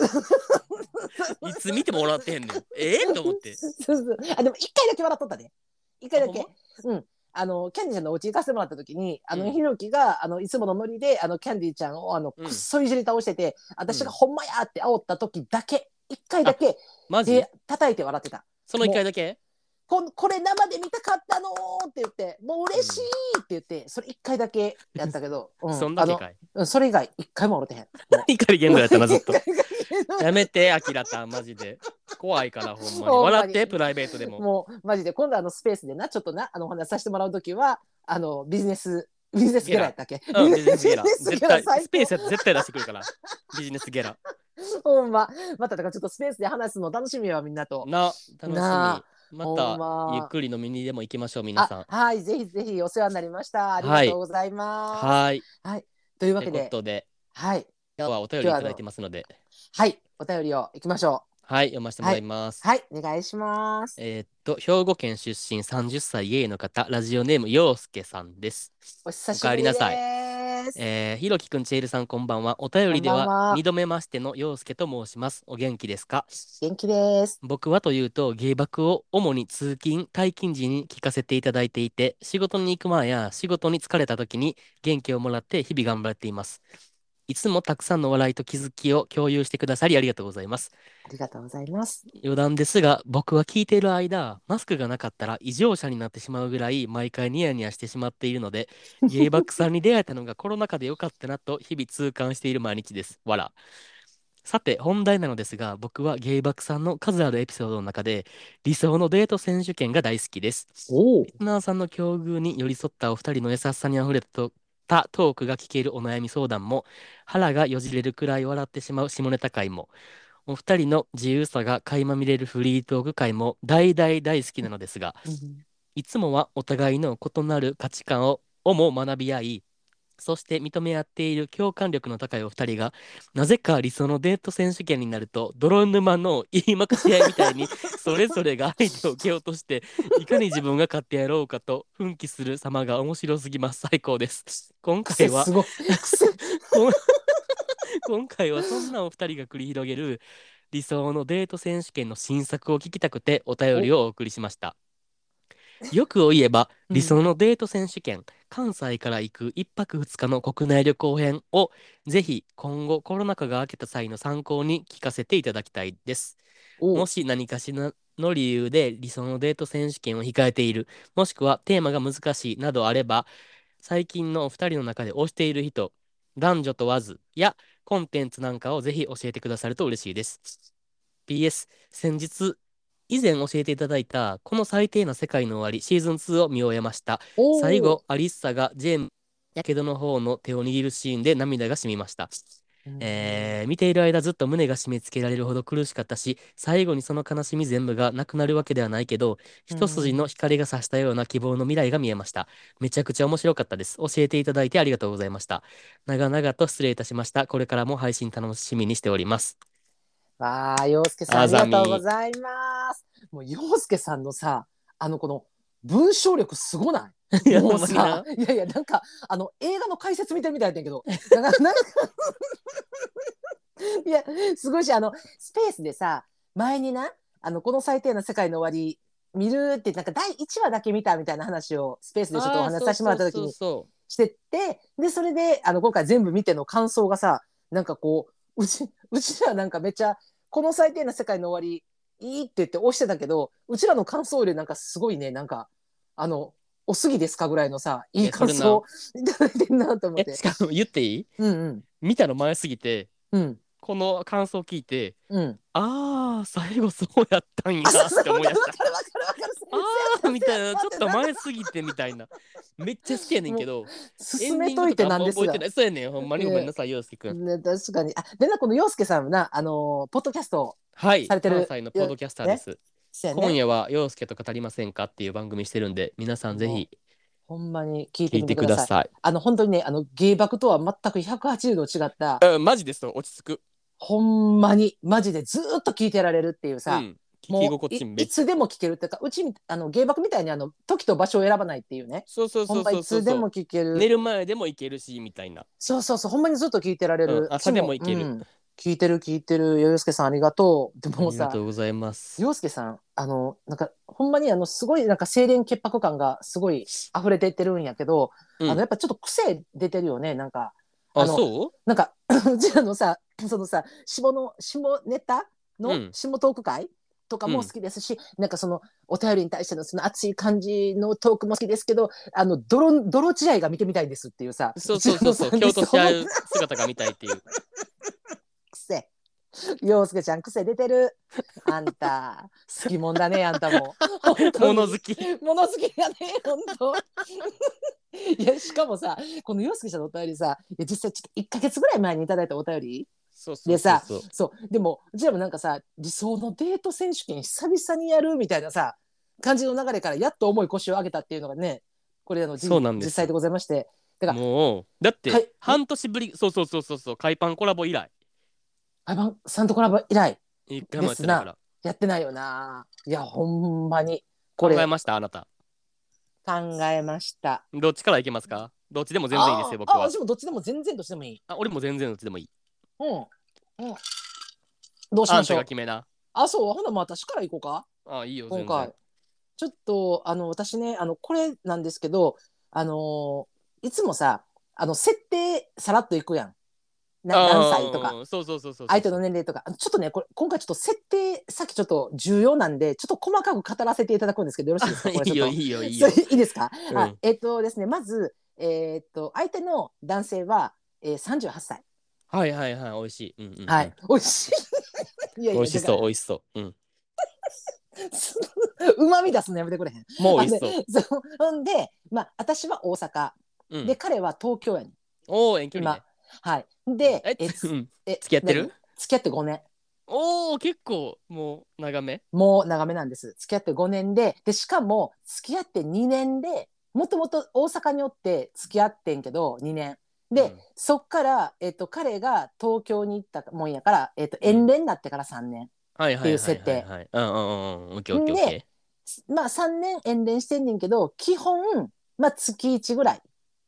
S1: いつ見ても笑ってへんねん。ええと思って。
S2: そうそう あでも一回だけ笑っとったね一回だ
S1: あ
S2: け
S1: ほん
S2: うんあのキャンディーちゃんのお家行かせてもらった時にあの、
S1: うん
S2: ひろきがあのいつものノリであのキャンディーちゃんをあの、
S1: うん
S2: くっそいじり倒してて私が「ほんまや!」って煽った時だけ一回だけ
S1: マジ
S2: で叩いて笑ってた
S1: その一回だけ
S2: こんこれ生で見たかったのーって言ってもう嬉しいって言ってそれ一回だけやったけ ど、う
S1: そんだけ
S2: あ
S1: かい。
S2: のうんそれ以外一回も笑ってへんも
S1: 怒り言動やったな、ず っと。
S2: う
S1: やめて、アキラたん、マジで。怖いから、ほんまに。
S2: ほんまに
S1: 笑って、プライベートでも。
S2: もうマジで今度あのスペースでなちょっとなあのお話しさせてもらう時はあのビジネスビジネスゲラやったっけ、
S1: うん、
S2: ビ
S1: ビジネスゲラ。
S2: ジネス
S1: 絶
S2: ゲラ
S1: 対、
S2: 最
S1: スペー
S2: 高
S1: スやつ絶対出してくるから。ビジネスゲラ。
S2: ほんままただからちょっとスペースで話すの楽しみはみんなと
S1: な、楽しみ。
S2: なあ
S1: ま
S2: ほん
S1: た、
S2: ま
S1: ゆっくり飲みにでも行きましょう、皆さん
S2: あ。はいぜひぜひお世話になりましたありがとうございます、
S1: はーい。
S2: というわ
S1: とい
S2: け
S1: うこ
S2: で
S1: とで、
S2: はい
S1: 今日はお便りいただいてますので、
S2: はいお便りをいきましょ
S1: はい、読ませてもらいます。
S2: うはいお願いします
S1: えーっと、兵庫県出身30歳ゲイの方、ラジオネーム、陽介さんです。
S2: お久しぶり
S1: お
S2: で
S1: 帰りなさい
S2: す。
S1: えー、ひろきくん、ちえるさん、こんばんは。お便りで
S2: こんばん
S1: は、
S2: は
S1: 二度目ましての陽介と申します。お元気ですか
S2: 元気です。
S1: 僕はというと、芸爆を主に通勤、退勤時に聞かせていただいていて、仕事に行く前や仕事に疲れた時に元気をもらって日々頑張っています。いつもたくさんの笑いと気づきを共有してくださりありがとうございます。
S2: ありがとうございます。
S1: 余談ですが、僕は聞いている間、マスクがなかったら異常者になってしまうぐらい毎回ニヤニヤしてしまっているので、ゲイバックさんに出会えたのがコロナ禍でよかったなと日々痛感している毎日です。わら。さて、本題なのですが、僕はゲイバックさんの数あるエピソードの中で、理想のデート選手権が大好きです。
S2: おお。
S1: リスナーさんの境遇に寄り添ったお二人の優しさにあふれたとたトークが聞けるお悩み相談も腹がよじれるくらい笑ってしまう下ネタ会もお二人の自由さが垣間見れるフリートーク会も大大大好きなのですがいつもはお互いの異なる価値観ををも学び合いそして認め合っている共感力の高いお二人がなぜか理想のデート選手権になると泥沼の言いまくし合いみたいにそれぞれが相手を蹴落としていかに自分が勝ってやろうかと奮起する様が面白すぎます最高です今回
S2: 癖
S1: は
S2: すごい。 癖
S1: こん 今回はそんなお二人が繰り広げる理想のデート選手権の新作を聞きたくてお便りをお送りしました。よくを言えば
S2: うん
S1: 理想のデート選手権、関西から行く1泊2日の国内旅行編をぜひ今後コロナ禍が明けた際の参考に聞かせていただきたいです。
S2: お
S1: も
S2: お。
S1: し何かしらの理由で理想のデート選手権を控えている、もしくはテーマが難しいなどあれば、最近のお二人の中で推している人、男女問わずやコンテンツなんかをぜひ教えてくださると嬉しいです。PS、先日、以前教えていただいた、この最低な世界の終わりシーズン2を見終えました。
S2: おお。
S1: 最後、アリッサがジェームやけどの方の手を握るシーンで涙が染みました。
S2: うん。
S1: えー見ている間ずっと胸が締め付けられるほど苦しかったし最後にその悲しみ全部がなくなるわけではないけど一筋の光が差したような希望の未来が見えましためちゃくちゃ面白かったです教えていただいてありがとうございました長々と失礼いたしましたこれからも配信楽しみにしております
S2: わあ、洋介さんあ
S1: あ
S2: り
S1: ざみ
S2: がとうございます。もう洋介さんのさ、あのこの文章力すごない。
S1: いや
S2: も
S1: ほ
S2: う
S1: んまに
S2: さ、いやいや、なんか、あの、映画の解説見てるみたいだけ ど、なんか、なんかいや、すごいし、あの、スペースでさ、前にな、あの、この最低な世界の終わり見るってなんか第1話だけ見たみたいな話をスペースでちょっとお話しさせてもらった時
S1: そう
S2: に
S1: そうそう
S2: してってでそれであの今回全部見ての感想がさなんかこううちうちらなんかめっちゃこの最低な世界の終わりいいって言って押してたけどうちらの感想よりなんかすごいねなんかあのおすぎですかぐらいのさいい感
S1: いやそれな
S2: 想いただいてんなと思っ
S1: え
S2: て
S1: しかも言っていい
S2: うん
S1: 見たの前すぎて
S2: うんうん
S1: この感想聞いて
S2: うん
S1: あー最後そうやったんや
S2: あそうそ
S1: っ
S2: う
S1: て思い出した
S2: わかるわかるわかるわか
S1: あーみたいなちょっと前すぎてみたいなめっちゃ好きやねんけど
S2: る進めといてなんです
S1: エンディングとかあんま覚え
S2: が
S1: てないそうやねんほんまにごめんなさい陽介くん
S2: ね、確かにあでなこの陽介さんもなあのーポッドキャスト
S1: はい
S2: されてる
S1: 関西のポッドキャスターです
S2: せや
S1: 今
S2: ね
S1: 夜は陽介と語りませんかっていう番組してるんで皆さんぜひ
S2: ほんまに聞いて
S1: 聞い
S2: みて
S1: てく
S2: くだ
S1: だ
S2: さい
S1: さい
S2: あの本当にねあの芸爆とは全く180度違った
S1: うんマジですと落ち着く
S2: ほんまにマジでずーっと聞いてられるっていう
S1: う
S2: さ、
S1: ん聞き
S2: も
S1: 心
S2: うい
S1: 地め
S2: い
S1: っちゃ
S2: つでも聞けるっていうかうちみあの芸爆みたいにあの時と場所を選ばないっていうね
S1: そうそうそ
S2: ほん
S1: う
S2: ま
S1: そ
S2: いう
S1: そ
S2: つ
S1: う
S2: でも聞ける
S1: 寝る前でもいけるしみたいな
S2: そうそうそうほんまにずっと聞いてられる、
S1: うん朝でもいける
S2: ん聞いてる聞いてる洋介さんありがとうで
S1: あ
S2: も
S1: りが
S2: さ
S1: とうございます
S2: 洋介さんあのなんかほんまにあのすごいなんか清廉潔白感がすごい溢れてってるんやけど、
S1: うん
S2: あのやっぱちょっと癖出てるよねなんかあ
S1: あ
S2: の
S1: そ
S2: なんか うちらのさそのさ下の下ネタ
S1: う
S2: の
S1: ん
S2: 下トーク会とかも好きですし、なんかそのお便りに対してのその熱い感じのトークも好きですけどあの泥泥試合が見てみたいんですっていうさ
S1: うそうそうそうそ う
S2: ちら
S1: 京
S2: のさ
S1: 都し合う姿が見たい っていう
S2: 癖洋介ちゃん癖出てるあんた好きもんだねあんたも本当に
S1: 物好き
S2: 物好きやね本当いやしかもさこの洋介ちゃんのお便りさいや実際ちょっと1か月ぐらい前にいただいたお便り
S1: そうそうそうそう
S2: でさそうでもうちらもなんかさ理想のデート選手権久々にやるみたいなさ感じの流れからやっと重い腰を上げたっていうのがねこれあのじ
S1: そうなんです
S2: 実際でございましてが
S1: もうだっ
S2: はい
S1: て半年ぶりそうそうそうそうそう海パンコラボ以来
S2: アイバンさんとコラボ以来
S1: 一回もやってないから
S2: やってないよないやほんまにこ
S1: 考
S2: れ
S1: えましたあなた
S2: 考えました
S1: どっちからいけますかどっちでも全然いいですよ僕
S2: ああ
S1: は
S2: 私もどっちでも全然どっちでもいい
S1: あ俺も全然どっちでもいい
S2: うんうんどうし
S1: あ
S2: ま
S1: ん
S2: したょ
S1: が
S2: う
S1: 決めな
S2: あそうほなもう私から行こうか
S1: あいいよ全
S2: 今
S1: 然
S2: 回ちょっとあの私ねあのこれなんですけどあのーいつもさあの設定さらっといくやんな
S1: あー
S2: 何歳とか
S1: そうそうそうそう
S2: 相手の年齢とかあのちょっとねこれ今回ちょっと設定さっきちょっと重要なんでちょっと細かく語らせていただくんですけどよろしいです かこれ ち
S1: い
S2: ょ
S1: いよ
S2: っと
S1: いいよいいよ
S2: いいですか、
S1: うん
S2: あえっ、とですねまずえっと相手の男性は、えー、38歳、
S1: はいはいはい美味しいうんうんうん
S2: はい美味しいいやいや
S1: 美味し
S2: だ
S1: そう
S2: か
S1: 美味しそううん
S2: ら うまみ出すのやめてくれへん
S1: もう美味しそう
S2: あのねそうほんでまあ私は大阪
S1: うん
S2: で彼は東京やねん
S1: おー遠距離ね
S2: はいで
S1: え
S2: つ
S1: うん
S2: え
S1: 付き合ってる
S2: 何付き合って5年
S1: おお結構もう長め
S2: もう長めなんです付き合って5年ででしかも付き合って2年でもともと大阪におって付き合ってんけど2年で、
S1: うん
S2: そっから、えっと彼が東京に行ったもんやから、えっと遠恋になってから3年
S1: はいはいはいはいはい
S2: っていう設定
S1: うんうんうんうんオッケーオッケーオッケー
S2: でまあ3年遠恋してんねんけど基本、まあ、月1ぐらい、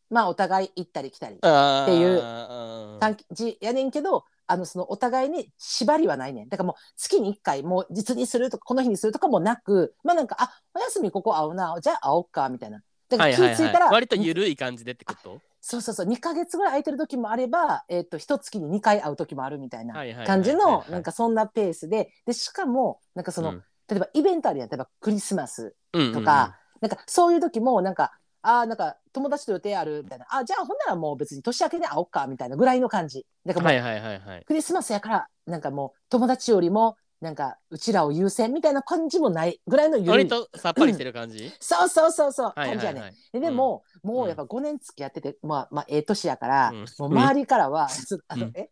S2: まあ、お互い行ったり来たり
S1: っ
S2: っていう
S1: う
S2: 短期やねんけどあのそのお互いに縛りはないねんだからもう月に1回もう実にするとかこの日にするとかもなくまあなんかあお休みここ会うなじゃあ会おうかみたいなだから気ぃ付いたら、
S1: 割とゆるい感じでってこと
S2: そうそうそう2ヶ月ぐらい空いてる時もあればえっ、と一月に2回会う時もあるみたいな
S1: はいはいはいはい
S2: 感じのなんかそんなペースででしかもなんかその、
S1: うん
S2: 例えばイベントあるやん例えばクリスマス
S1: うんうん
S2: とか、なんかそういう時もなんかあーなんか友達と予定あるみたいなあじゃあほんならもう別に年明けで会おうかみたいなぐらいの感じだか
S1: うん
S2: らもう
S1: はいはいはいはい
S2: クリスマスやからなんかもう友達よりもなんかうちらを優先みたいな感じもないぐらいの緩い
S1: 割とさっぱりしてる感じ
S2: そうそうそうそう
S1: はい
S2: 感
S1: は
S2: じや
S1: い
S2: ね
S1: はい
S2: ででも、もうやっぱ5年付き合ってて、まあ、まあ、ええ年やから、
S1: うん
S2: もう周りからは、ちょっとあの、え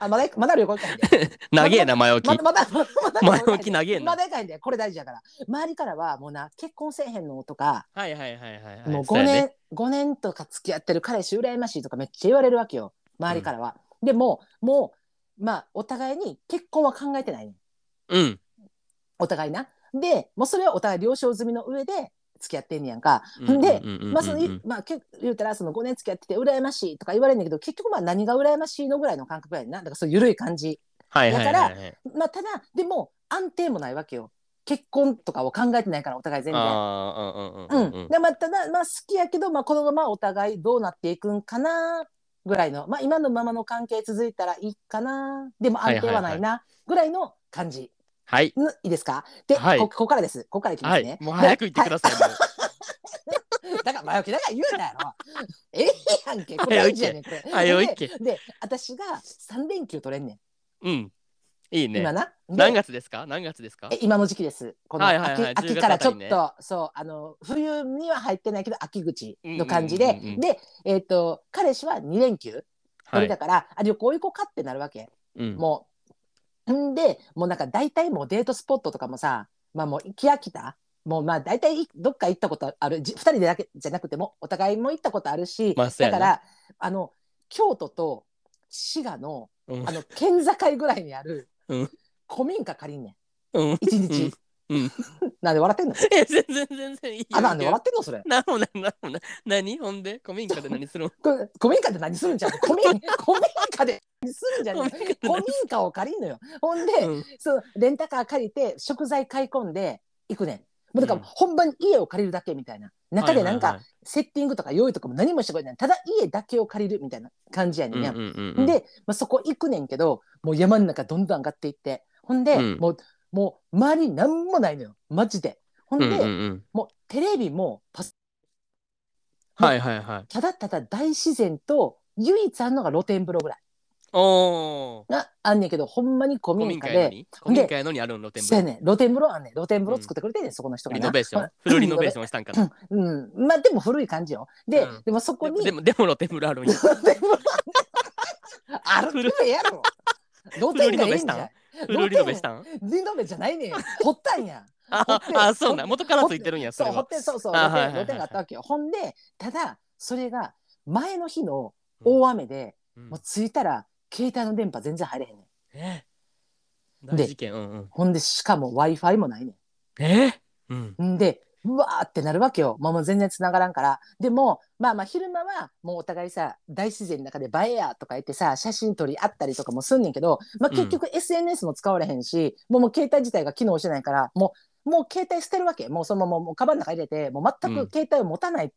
S2: あ、まだ、まだ旅行行かないで。
S1: 長えな前置
S2: ま
S1: き
S2: だ、まだ、まだ、
S1: 前置き長えな
S2: まだ行かないで、これ大事やから。周りからは、もうな、結婚せえへんのとか、
S1: はいはいはいはいはい
S2: もう
S1: そ
S2: 5
S1: やね
S2: 年、五年とか付き合ってる彼氏羨ましいとかめっちゃ言われるわけよ。周りからは。でも、もう、まあ、お互いに結婚は考えてないねん。
S1: うん
S2: お互いな。で、もうそれはお互い了承済みの上で付き合ってんねやんか。
S1: うんうんうん
S2: で
S1: うんうん
S2: まあそのいまあ、け言うたらその5年付き合ってて羨ましいとか言われるんだけど結局まあ何が羨ましいのぐらいの感覚やねんなだからそう緩い感じ
S1: はいはいはい
S2: だ
S1: はい
S2: まあただでも安定もないわけよ結婚とかを考えてないからお互い全然。
S1: ああ、うん
S2: う
S1: うん
S2: ん
S1: うんうん。
S2: でまあただ、まあ、好きやけど、まあ、このままお互いどうなっていくんかなぐらいの、まあ、今のままの関係続いたらいいかなでも安定はないなぐらいの感じ、
S1: はい。
S2: いい、ですかで、
S1: はい
S2: こここからですここからいきま
S1: は
S2: すね
S1: い。、もう早く行ってく
S2: だ
S1: ださい。もう
S2: さいだから前置きだから言うなよ ええやんけこれ
S1: 早
S2: 大
S1: い
S2: 事
S1: け
S2: やねんこれ
S1: 早いけ
S2: でで私が3連休取れんね
S1: うん。いい
S2: ん、
S1: ね
S2: 今。なで
S1: 何月ですか何月ですか
S2: え今の時期ですこの
S1: は
S2: 秋,、
S1: いはいはい10
S2: 秋からちょっと、
S1: 月あ
S2: そうあの冬には入ってないけど秋口の感じで、
S1: うんうんうんうん
S2: で、えっと彼氏は2連休
S1: は
S2: 取れ
S1: い
S2: た。から、あ旅行行こうかってなるわけ
S1: うん
S2: もうんでもうなんか大体もうデートスポットとかもさまあもう行き飽きたもうまあ大体いどっか行ったことあるじ2人でだけじゃなくてもお互いも行ったことあるし、
S1: まあそう
S2: だ
S1: やな
S2: からあの京都と滋賀の
S1: うん
S2: あの県境ぐらいにある
S1: うん
S2: 古民家借りんねん。
S1: うん。
S2: 一日。
S1: うんうん
S2: なんで笑ってんの
S1: え、全然全然いいよ。
S2: あ、なんで笑ってんのそれ。
S1: なもななもな。何ほんで古民家で何するの
S2: これ古民家で何するんじゃん。古民 古民家で何するんじゃん。
S1: 古
S2: 古
S1: 民家で何
S2: 民家を借りんのよ。ほんで、
S1: うん
S2: そうレンタカー借りて食材買い込んで行くねん。もうだから、
S1: うん
S2: 本番に家を借りるだけみたいな。中でなんか、
S1: はい
S2: セッティングとか用意とかも何もしてくれない。ただ家だけを借りるみたいな感じやね
S1: はいは
S2: んや。
S1: いうんうんうん、
S2: で、まあ、そこ行くねんけど、もう山の中どんどん上がっていって。ほんで、
S1: うん
S2: もう、もう周りに何もないのよ。マジで。ほん
S1: う
S2: で、
S1: んうんうん、
S2: もうテレビもパソ
S1: はいはいはい。
S2: ただただ大自然と唯一あんのが露天風呂ぐらい
S1: おお。
S2: があんねんけどほんまに古
S1: 古
S2: 民
S1: 民
S2: 家
S1: 家やの
S2: で
S1: に古民家やのにあるの露天
S2: そうや
S1: 風
S2: ねん露天風呂あんねん露天風呂作ってくれてんねん、そこの人
S1: 呂。
S2: が
S1: リ
S2: な
S1: ノベーション
S2: まあ。
S1: フルリノベーションしたんかな。
S2: うんまあでも古い感じよで、
S1: うん
S2: でもそこ
S1: でも
S2: に
S1: でもでも露天風呂あるんや。
S2: 露天風呂あんねん歩くええやろ露天がええんじゃない
S1: フルリノベしたん
S2: リノベじゃないねん掘ったんやん
S1: あ
S2: 掘って
S1: あ、そうなん。元からついてるんや、そ
S2: そ
S1: れ
S2: う、
S1: は。
S2: てそうそう、
S1: あ
S2: 露
S1: はいはいはい
S2: 天、露天があったわけよ。ほんで、ただ、それが前の日の大雨で、
S1: うん
S2: もう着いたら、携帯の電波全然入れへんねん。
S1: え大事件。うんうん、
S2: ほんで、しかも Wi-Fi もないね
S1: えうん。
S2: ん。んで、うわーってなるわけよ。まあもう全然繋がらんから。でも、まあまあ昼間は、もうお互いさ、大自然の中で映えやとか言ってさ、写真撮り合ったりとかもすんねんけど、まあ結局 SNS も使われへんし、もうもう携帯自体が機能してないから、もう、もう携帯捨てるわけ。もうそのままもうカバンの中入れて、もう全
S1: うん
S2: く携帯を持たない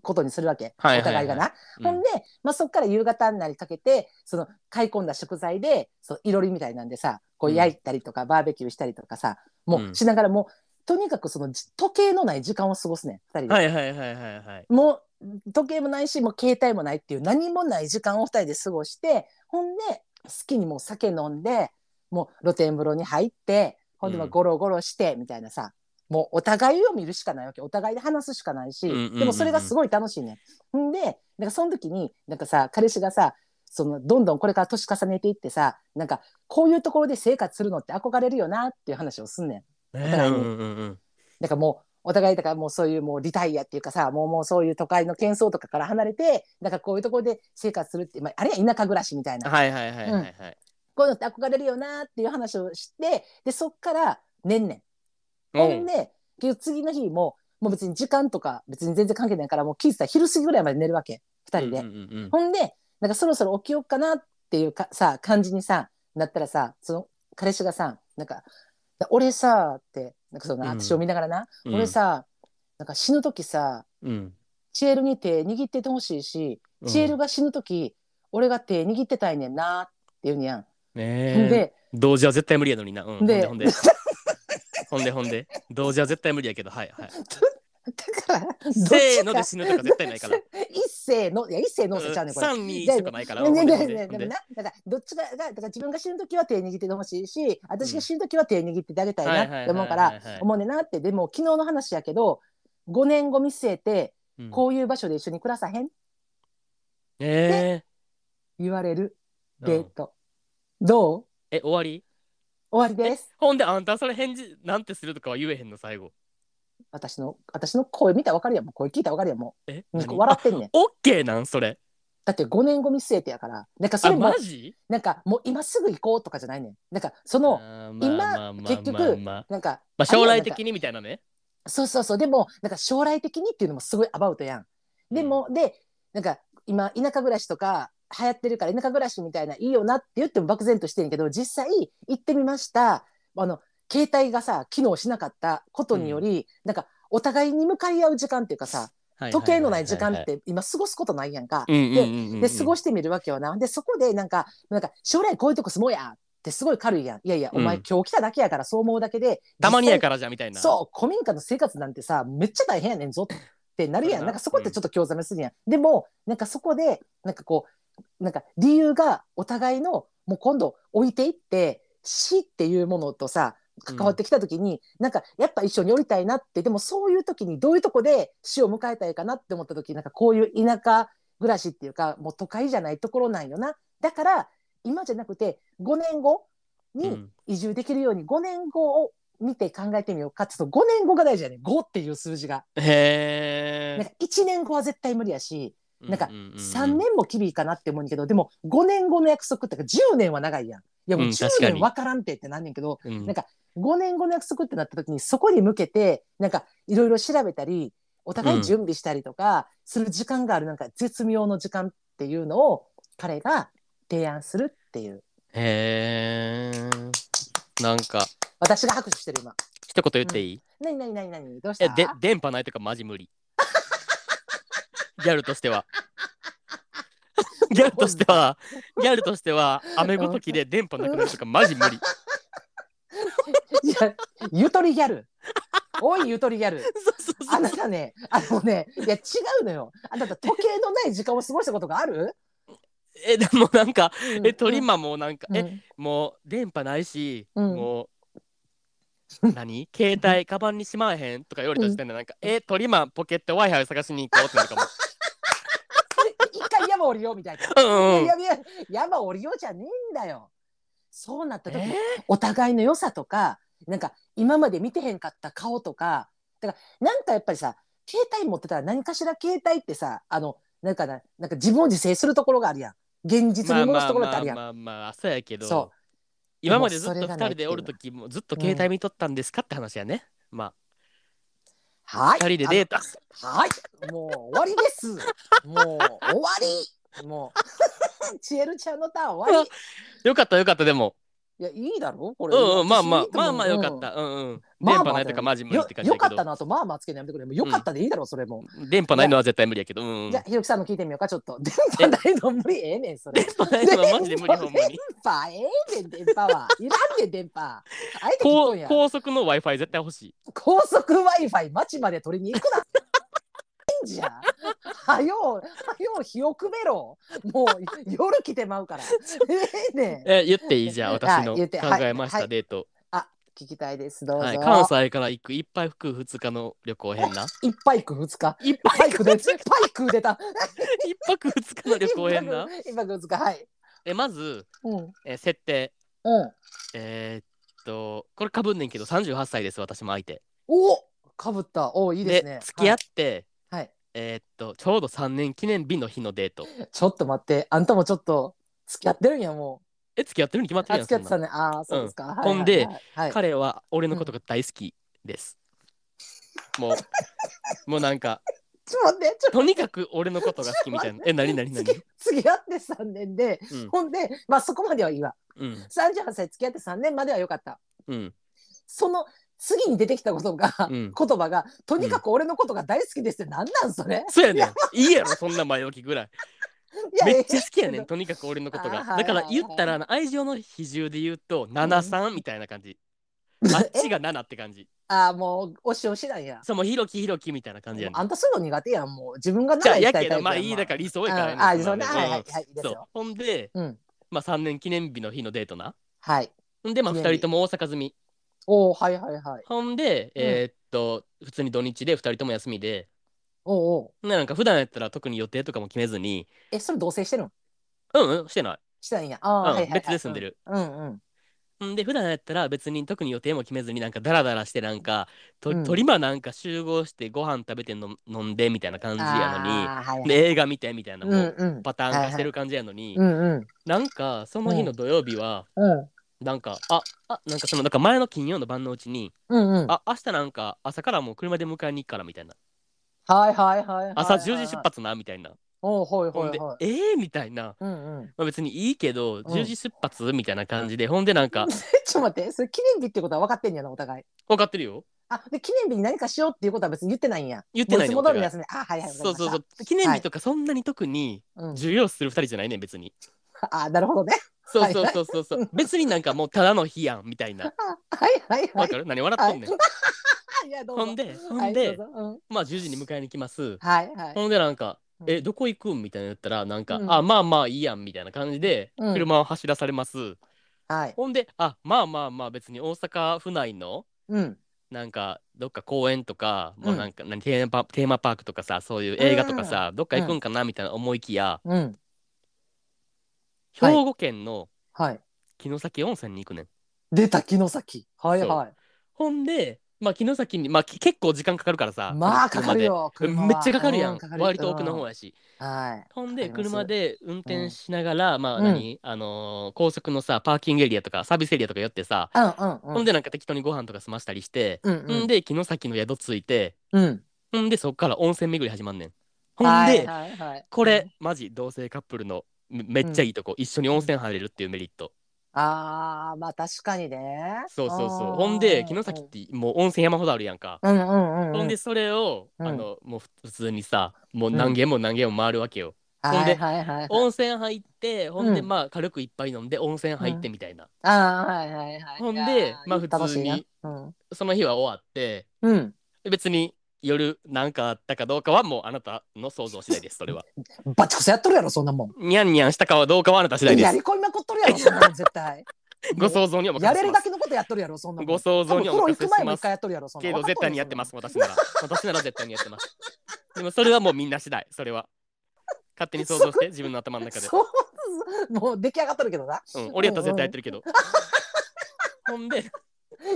S2: ことにするわけ。
S1: はいはいはい
S2: お互いがな。ほんで、まあ、そこから夕方になりかけてその買い込んだ食材でそういろりみたいなんでさこう
S1: うん
S2: 焼いたりとか、バーベキューしたりとかさも
S1: うん
S2: うしながらもう、とにかくそのじ時計のない時間を過ごすねん2人で、
S1: はいはいはいはいはい。
S2: もう時計もないしもう携帯もないっていう何もない時間を2人で過ごしてほんで好きにもう酒飲んでもう露天風呂に入ってほんでまあ
S1: うん
S2: ゴロゴロしてみたいなさ、もうお互いを見るしかないわけお互いで話すしかないし、
S1: うんうんうんうん
S2: でもそれがすごい楽しいねん。んでなんかその時になんかさ彼氏がさそのどんどんこれから年重ねていってさなんかこういうところで生活するのって憧れるよなっていう話をすんねん。
S1: ね
S2: 互い
S1: うん
S2: に
S1: うんうん
S2: だからもうお互いだからもうそういうもうリタイアっていうかさもうもうそういう都会の喧騒とかから離れてなんかこういうところで生活するって、まあ、あれや田舎暮らしみたいな
S1: はいはいはいはいはい。
S2: こういうのって憧れるよなっていう話をしてでそっから年々ほん
S1: う
S2: で結局次の日ももう別に時間とか別に全然関係ないからもう気づいたら昼過ぎぐらいまで寝るわけ2人で、
S1: うんうんうん
S2: ほんでなんかそろそろ起きようかなっていうかさ感じにさなったらさその彼氏がさなんか「俺さ」ってなんかその
S1: うん
S2: 私を見ながらな、
S1: うん
S2: 俺、さなんか死ぬ時さ
S1: うん
S2: チエルに手握っててほしいし、
S1: うん、
S2: チエルが死ぬ時俺が手握ってたいねんなって言うにやん。
S1: ねえ。
S2: で
S1: 同時は絶対無理やのにな。うん、ほんで
S2: で
S1: ほんでほんでほんで同時は絶対無理やけどはいはい。
S2: だから
S1: せーので死ぬとか絶対ないから。
S2: 一世のいや一世のせちゃうねんこれ。
S1: 三二とかないから。
S2: ねねね
S1: ほんで
S2: ねね
S1: ほん
S2: でも
S1: で
S2: なだからどっちががだから自分が死ぬ時は手握っててほしいし私が死ぬ時は手握っててあげたい
S1: は
S2: ない
S1: はいはい
S2: って思う
S1: は
S2: か
S1: い
S2: ら
S1: はいはい
S2: 思うねんなってでも昨日の話やけど5年後見据えて
S1: うん
S2: こういう場所で一緒に暮らさへん
S1: え
S2: 言われる
S1: ー
S2: デ
S1: う
S2: ー
S1: ん
S2: ト、どう
S1: え終わり
S2: 終わりです
S1: ほんであんたそれ返事なんてするとかは言えへんの最後。
S2: 私の私の声見たらわかるやんもう声聞いたらわかるやんも
S1: え
S2: う
S1: 何
S2: 笑ってんねん
S1: あオッケーなんそれ。
S2: だって5年後見据えてやからなんかそ
S1: あ
S2: れも
S1: マジ
S2: なんかもう今すぐ行こうとかじゃないねんなんかその
S1: あー
S2: 今
S1: まあまあまあ
S2: 結局
S1: まあまあ
S2: なんか
S1: まあ将来的
S2: に
S1: にみたいなね。
S2: そうそうそうでもなんか将来的にっていうのもすごいアバウトやんでも、でなんか今田舎暮らしとか流行ってるから田舎暮らしみたいないいよなって言っても漠然としてんけど実際行ってみましたあの携帯がさ機能しなかったことにより、なんかお互いに向かい合う時間っていうかさ時計のない時間っ
S1: で、
S2: て今過ごすことないやんか。
S1: うんうんうんうん
S2: で過ごしてみるわけよな。でそこでなんかなんか将来こういうとこ住もうやってすごい軽いやん。いやいやお前、
S1: うん
S2: 今日来ただけやからそう思うだけで
S1: たまにや
S2: ら
S1: からじゃみたいな。
S2: そう古民家の生活なんてさめっちゃ大変やねんぞってなる
S1: そう
S2: や
S1: んやな
S2: なんかそこってちょっと興ざめするやん、でもなんかそこでなんかこうなんか理由がお互いのもう今度置いていって死っていうものとさ関わってきた時に、なんかやっぱ一緒に降りたいなってでもそういう時にどういうとこで死を迎えたいかなって思った時なんかこういう田舎暮らしっていうかもう都会じゃないところなんよなだから今じゃなくて5年後に、
S1: うん
S2: 移住できるように5年後を見て考えてみようかちょっと5年後が大事やね5っていう数字が、
S1: へ
S2: なん
S1: え
S2: か。1年後は絶対無理やしなんか
S1: うううう
S2: 3年も厳しいかなって思うんやけどでも5年後の約束ってか10年は長いやんいやもう
S1: うん
S2: 10
S1: 確かに
S2: 年分からんてってなんねんけど、
S1: うん
S2: なんか5年後の約束ってなった時にそこに向けてなんかいろいろ調べたりお互い準備したりとかする時間があるなんか絶妙の時間っていうのを彼が提案するっていう
S1: へえ。なんか、
S2: 私が拍手してる今
S1: 一言言っていい、
S2: 何何何何どうし
S1: え
S2: た
S1: で電波ないとかマジ無理ギャルとしてはギャルとしてはギャルとしては雨ごときで電波なくなるとかマジ無理
S2: いや、ゆとりギャル。おい、ゆとり ギャル。
S1: そうそう
S2: あ
S1: そう
S2: なたね、あのね、いや、違うのよ。あなた、時計のない時間を過ごしたことがある。
S1: えでもなんか
S2: うん
S1: えトリマもなんか、
S2: うん
S1: えもう電波ないし、
S2: うん
S1: もう何携帯カバンにしまえへんとか言われた時点でなんか、えトリマンポケット Wi-Fi 探しに行こうってなるかも
S2: 一回山降りようみたいな。
S1: うんうん
S2: いやいや山降りようじゃねえんだよ。そうなった時、
S1: え
S2: お互いの良さとか、なんか今まで見てへんかった顔とか、だからなんかやっぱりさ、携帯持ってたら何かしら携帯ってさ、あのなんかななんか自分を自制するところがあるやん。現実
S1: ま
S2: に
S1: あ
S2: 戻
S1: ますあ
S2: ところって
S1: ま
S2: あ
S1: あ
S2: るやん。
S1: まあまあそうやけど
S2: そう
S1: 今までずっと
S2: でもそれ
S1: 2
S2: がない
S1: 人
S2: って
S1: で
S2: いうの
S1: おる時もずっと携帯見とったんですかって話やね、ま
S2: は
S1: あ
S2: い。
S1: 2人でデート
S2: はい、もう終わりです。もう終わり。もう。チエルちゃんのターン終わり。
S1: よかったよかったでも
S2: いや、いいだろこ
S1: う
S2: れ。
S1: んうんまあ
S2: 私
S1: まあ
S2: いいと
S1: ま
S2: 思
S1: あ
S2: う
S1: まあよかっ。
S2: うん
S1: たうんうん
S2: ま
S1: 電
S2: あまあ
S1: 波ないとかマジ無理って感じ
S2: よ
S1: だ
S2: よか
S1: け
S2: った
S1: ど
S2: なと、まあまあつけてやめてくれ。もうよかったでいいだろ、それも。
S1: 電波ないのは絶対無理やけどうんうん
S2: じゃあ、ひろきさんの聞いてみようか、ちょっと。電波ないの無理ええねん、それ。
S1: 電波ないのはマジで無理ほ
S2: 電
S1: んま
S2: 波
S1: に
S2: ええねん、電波は。いらんねん、電波。あえて聞
S1: 高
S2: くんや。
S1: 高速の Wi-Fi 絶対欲しい
S2: 高速 Wi-Fi 町まで取りに行くな。いいんじゃん。はよう、はよう、日をくべろ。もう夜来てまうから。ええねん。
S1: え言っていいじゃあ私の
S2: はい
S1: 考
S2: 言ってはい
S1: えまし
S2: は
S1: た
S2: い
S1: デート
S2: あ、聞きたいです。どうぞ。
S1: はい関西から行く一泊服2日の旅行編な
S2: 一パイク二日。
S1: 一
S2: パイ
S1: 泊
S2: クで、パイク出た。
S1: 一泊2日の旅行編な
S2: 一泊二日、はい。
S1: えまず
S2: うん。
S1: え設定
S2: うん。
S1: えーっとこれかぶんねんけど38歳です私も相手
S2: お、かぶった。お、いいですね。
S1: 付き合って、
S2: はい。はい
S1: えーっとちょうど3年記念日の日のデート
S2: ちょっと待って、あんたもちょっと付き合ってるんやも
S1: え付き合ってるに決まっ
S2: う。
S1: て
S2: あ、
S1: るやん
S2: 付き合って
S1: そ
S2: た
S1: んな
S2: ね。あー、そうですか。はいはい
S1: ほんで
S2: はいはい
S1: 彼は俺のことが大好きです、もう もうなんか
S2: ちょっと待って、ちょっと
S1: とにかく俺のことが好きみたいなえ何 何何
S2: 付き付き合って3年で、
S1: うん
S2: ほんで、まあ、そこまではいいわ
S1: うん
S2: 38歳付き合って3年まではよかった
S1: うん
S2: その次に出てきたことが、
S1: うん
S2: 言葉がとにかく俺のことが大好きですって何なんそれ、
S1: そうやねんいいやろそんな前置きぐらい
S2: いや
S1: めっちゃ好きやね
S2: え
S1: んとにかく俺のこと
S2: あ
S1: が
S2: ーは
S1: だ
S2: い
S1: から言ったら
S2: は
S1: あの愛情の比重で言うと73みたいな感じ、あっちが7って感じ
S2: ああもうおしおしなんや
S1: そうもうひろきひろきみたいな感じやねん
S2: あんたそういうの苦手やんもう自分が
S1: じゃあ
S2: 何
S1: や
S2: たい
S1: け
S2: タイ
S1: ど
S2: プ
S1: まあ
S2: やん
S1: いいだから理想やから
S2: ああいいですよね
S1: ん
S2: はいはいはいいいです
S1: そう
S2: よ
S1: ほんで、
S2: うん
S1: まあ、3年記念日の日のデートな
S2: はい
S1: んでまあ
S2: 記
S1: 2
S2: 念日
S1: 人とも大阪済み
S2: おおはいはいはい
S1: ほんで、えーっと普通に土日で2人とも休みで
S2: おうおう
S1: でなんか普段やったら特に予定とかも決めずに
S2: えそれ同棲してるの
S1: うんうんしてない
S2: したんやああ、はいはい、はい、
S1: 別で住んでる
S2: うんうん
S1: んで普段やったら別に特に予定も決めずになんかダラダラしてなんかと、
S2: うん
S1: 鳥間なんか集合してご飯食べての飲んでみたいな感じや
S2: ああはい
S1: の
S2: は
S1: に
S2: い
S1: で映画見てみたいな
S2: う
S1: も
S2: ん
S1: う
S2: うん
S1: パターン化してる感じやのに、
S2: うんうん
S1: なんかその日の土曜日は、
S2: うん
S1: なんか、あ、あ、なんかその、なんか前の金曜の晩のうちに、
S2: うんうん
S1: あ、明日なんか朝からもう車で迎えに行くからみたいな。
S2: はいはいはいはいはい。
S1: 朝10時出発な、みたいな。
S2: おうはい
S1: ほん
S2: は
S1: で
S2: いはい。
S1: えーみたいな、
S2: うんうん。
S1: まあ、別にいいけど
S2: ん
S1: 10時出発みたいな感じでほんでなんか
S2: ちょっと待って、それ記念日ってことは分かってんねやな、お互い。
S1: 分かってるよ
S2: あ、で、記念日に何かしようっていうことは別に言ってないんや。
S1: 言ってないね
S2: もういつも通り
S1: お互い
S2: の休み。あ、はいはい。わかり
S1: そう
S2: ました
S1: そうそう記念日とかそんなに特に
S2: うん、
S1: 重要視する2人じゃないね別に
S2: あ、なるほどね。
S1: そうそうそうそうそう
S2: はいはい
S1: 別になんかもうただの日やんみたいな
S2: はいはいは
S1: わ
S2: い
S1: か。る何笑っとんねん、
S2: いやどうぞ
S1: ほんでほんで、
S2: はいどうぞうん
S1: まあ10時に迎えに来ます
S2: はいはい
S1: ほんでなんか
S2: う
S1: 「
S2: ん
S1: えどこ行くん?」みたいなの言ったらなんか「
S2: うん
S1: あまあまあいいやん」みたいな感じで
S2: うん
S1: 車を走らされます、
S2: はい。
S1: ほんで「あまあまあまあ別に大阪府内の
S2: うん。
S1: なんかどっか公園とか、もううんなんか何テーマパテーマパークとかさそういう映画とかさ、どっか行くんかなみたいな思いきや、
S2: うん。はい
S1: 兵庫県の
S2: はい。
S1: 城崎温泉に行くねん、
S2: 出た木の先。はいは
S1: ほんで、まあ、城崎に、まあ、き結構時間かかるからさ
S2: い。まあかか
S1: 車
S2: る
S1: で
S2: よ。
S1: うん
S2: 車は
S1: めっちゃかかるやん、
S2: うかか
S1: 割と奥の方
S2: へ。
S1: やし、
S2: うんはい。
S1: ほんで
S2: かかります
S1: 車で運転しながら、まあ
S2: うん
S1: 何、あのー高速のさパーキングエリアとかサービスエリアとか寄ってさ、
S2: うんうんうん。
S1: ほんでなんか適当にご飯とか済ましたりして、
S2: うん
S1: ほんで城崎の宿着いて
S2: うんうん。
S1: ほんでそっから温泉巡り始まんねんほんで、
S2: はいはいはい。
S1: これ、マジ同性カップルのめめっちゃいいとこ、一緒に温泉入れるっていうメリット
S2: あーまあ確かにね。
S1: そうそう
S2: あ
S1: そう
S2: ー
S1: ほんで城崎ってもう温泉山ほどあるやんか、
S2: うんうんうんうん。
S1: ほんでそれを、
S2: うん
S1: あのもう普通にさもう何軒も何軒も回るわけよ、ほん
S2: は
S1: で
S2: いはいはい。
S1: 温泉入ってほんで
S2: うん
S1: まあ軽く一杯飲んで温泉入ってみたいな、
S2: あーはいはいはい。
S1: ほんで
S2: いやー
S1: まあ普通に
S2: 楽しいなうん。
S1: その日は終わって
S2: うん。
S1: 別に夜なんかあったかどうかはもうあなたの想像次第ですそれ は
S2: バチクソやっとるやろそんなもん。
S1: ニャンニャンしたかはどうかはあなた次第で
S2: や
S1: す
S2: り込みまくっとる やろそんなもん絶対。
S1: ご想像にお任
S2: や
S1: せ
S2: れ
S1: しま
S2: るだ
S1: す
S2: けのことやっとるやろそんなもん。
S1: ご想像にお
S2: 多
S1: 任
S2: 分プ
S1: せ
S2: ロ行く
S1: し
S2: 前も
S1: ま
S2: 一
S1: す
S2: 回やっとるやろそんな
S1: け
S2: ん
S1: ど絶対にやってます。私なら私なら絶対にやってますでもそれはもうみんな次第それは勝手に想像して自分の頭の中で、
S2: そうもう出来上がっとるけどな。
S1: うん、俺やったら絶対やってるけ どほんで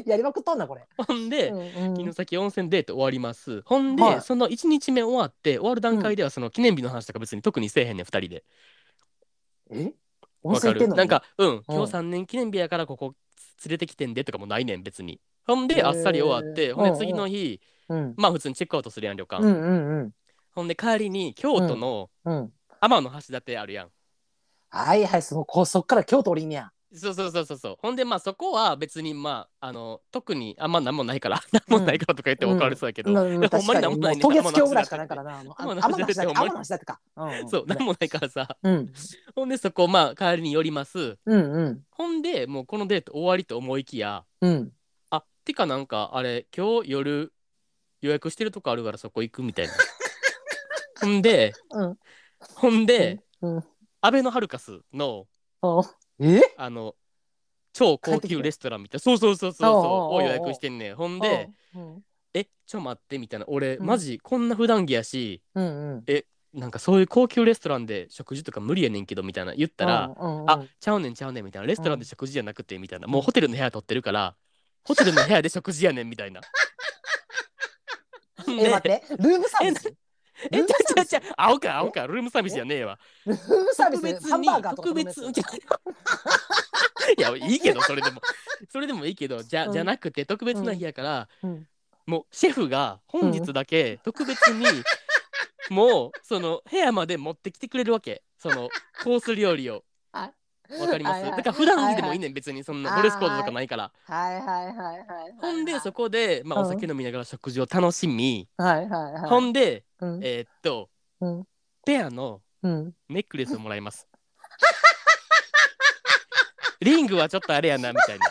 S2: やりまくっとんなこれ。
S1: ほんで、
S2: うんう
S1: 城
S2: ん
S1: 崎温泉デート終わりますほんで、
S2: はい
S1: その1日目終わって終わる段階ではその記念日の話とか別に特にせえへんねん2人で
S2: え？温
S1: わか
S2: 泉行って
S1: る
S2: んのに？
S1: なんかうん今日3年記念日やからここ連れてきてんでとかもないねん別にほん
S2: へ
S1: で
S2: ー
S1: あっさり終わってほん
S2: うん
S1: で
S2: うん
S1: 次の日
S2: うん。
S1: まあ普通にチェックアウトするやん旅館、
S2: うんうんうん
S1: ほんで帰りに京都の
S2: うん。
S1: 天の橋立あるやん
S2: はいはいそのこうそっから京都降りんねや。
S1: そうそうそうそうそうほんでまあそこは別にまああの特にあんま何もないから 何もないからとか言って怒られそうやけど、
S2: まあまあ
S1: ほんまになんもないね
S2: もう渡月橋ぐらいしかないからな。あのあ
S1: 天
S2: 天
S1: の橋
S2: の橋
S1: 立
S2: だけ
S1: ってほんまに
S2: 天の橋だけか。うん
S1: そう何もないからさ
S2: うん
S1: ほんでそこまあ帰りに寄ります
S2: うんうん
S1: ほんでもうこのデート終わりと思いきや
S2: うん。
S1: あてかなんかあれ今日夜予約してるとこあるからそこ行くみ たいなほんで
S2: うん
S1: ほんで、
S2: うんうん
S1: アベノハルカスの
S2: あえ？
S1: あの超高級レストランみたいなそうそうそうそうそう
S2: おうおうおうおう
S1: を予約してんねんほんで
S2: うん
S1: えちょ待ってみたいな俺、
S2: うん
S1: マジこんな普段着やし
S2: うんうん。
S1: なんかそういう高級レストランで食事とか無理やねんけどみたいな言ったら、
S2: うんうんうん
S1: あちゃうねんちゃうねんみたいなレストランで食事じゃなくてみたいな、もうホテルの部屋取ってるからホテルの部屋で食事やねんみたいな。
S2: え待ってルームサービス。
S1: えちゃ うちゃうちゃう青か青かルームサービスじゃねえわ
S2: ルームサー
S1: 特
S2: ビスで
S1: 別
S2: ハン
S1: に
S2: バーガーとか
S1: 特別に いやいいけどそれでもそれでもいいけどじゃ,、
S2: うん
S1: じゃなくて特別な日やから、
S2: うん
S1: もうシェフが本日だけ特別 に、もうその部屋まで持ってきてくれるわけそのコース料理を。
S2: は
S1: わかります、
S2: はいはい
S1: だから普段着でもいいねん別にそんなドレスコードとかないから、
S2: はいはいはいはい。
S1: ほんでそこで、まあ、
S2: うん
S1: お酒飲みながら食事を楽しみ、
S2: はいはいはい。
S1: ほんで、
S2: うん
S1: えーっと
S2: うん
S1: ペアの
S2: うん。
S1: ネックレスをもらいますリングはちょっとあれやなみたいな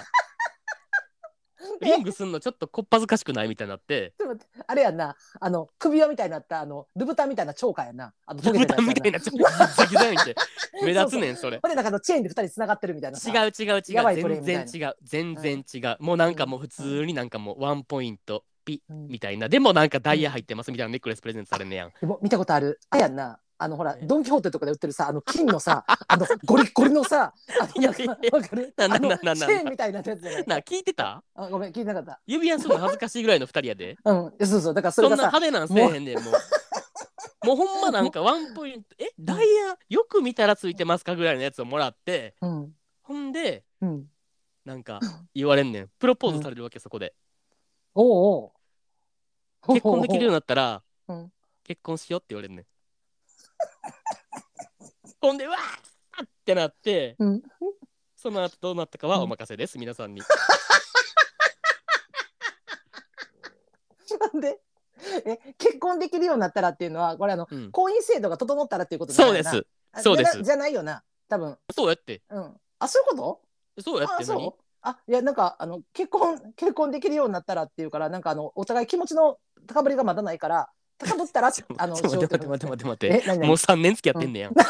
S1: リングすんのちょっとこっぱずかしくないみたいになって
S2: ちょっと待ってあれやんな、あの首輪みたいになったあのルブタンみたいな超過やんな。あのトゲ
S1: 豚
S2: みた
S1: みた
S2: い
S1: い
S2: な。
S1: なちょっとギザギザにって目立つねんそれ
S2: ほんでなんかあのチェーンで二人繋がってるみたいなさ。
S1: 違う違う違
S2: やばいプレ
S1: う
S2: イみたい
S1: 全然
S2: な
S1: 違う全然違うもうなんかもう普通になんかもうワンポイントピ
S2: うん。
S1: みたいなでもなんかダイヤ入ってますみたいなネックレスプレゼントされんねやん
S2: でも見たことある。あれやんな。あのほら
S1: ええ
S2: ドンキホーテとかで売ってるさあの金 のさあのゴリッゴリのさあのなんか
S1: いやいや
S2: わかる
S1: な
S2: あ
S1: な
S2: の
S1: ななな
S2: チェーンみたいなやつじゃない
S1: なあ聞いてた
S2: あごめん聞いてなかった
S1: 指輪するの恥ずかしいぐらいの二人やで
S2: うんえそうそうだからそ
S1: そ
S2: れ
S1: んな
S2: がさ
S1: 派手なんせえへんねんもうもうほんまなんかワンポイントえダイヤよく見たらついてますかぐらいのやつをもらって
S2: うん
S1: ほんで
S2: うん
S1: なんか言われんねんプロポーズされるわけそこで
S2: おうおう
S1: 結婚できるようになったら
S2: うん
S1: 結婚しようって言われんねんほんで、わーってなって、
S2: うん
S1: その後どうなったかはお任せです、皆さんに。
S2: なんでえ結婚できるようになったらっていうのはこれあの
S1: うん、
S2: 婚姻制度が整ったらっていうことじゃ
S1: そう
S2: な
S1: で
S2: いよな
S1: す。
S2: あ
S1: そうです
S2: じゃなじゃないよな多分
S1: そうやって。
S2: うんあそういうこと
S1: そうやって
S2: あ
S1: 何
S2: そうあいやなんかあの結婚結婚できるようになったらっていうからなんかあのお互い気持ちの高ぶりがまだないから高ぶった ら
S1: ちょ
S2: あの
S1: ちょ待って待って待って待って
S2: え何
S1: もう
S2: 何
S1: 3年付き合ってんねやん。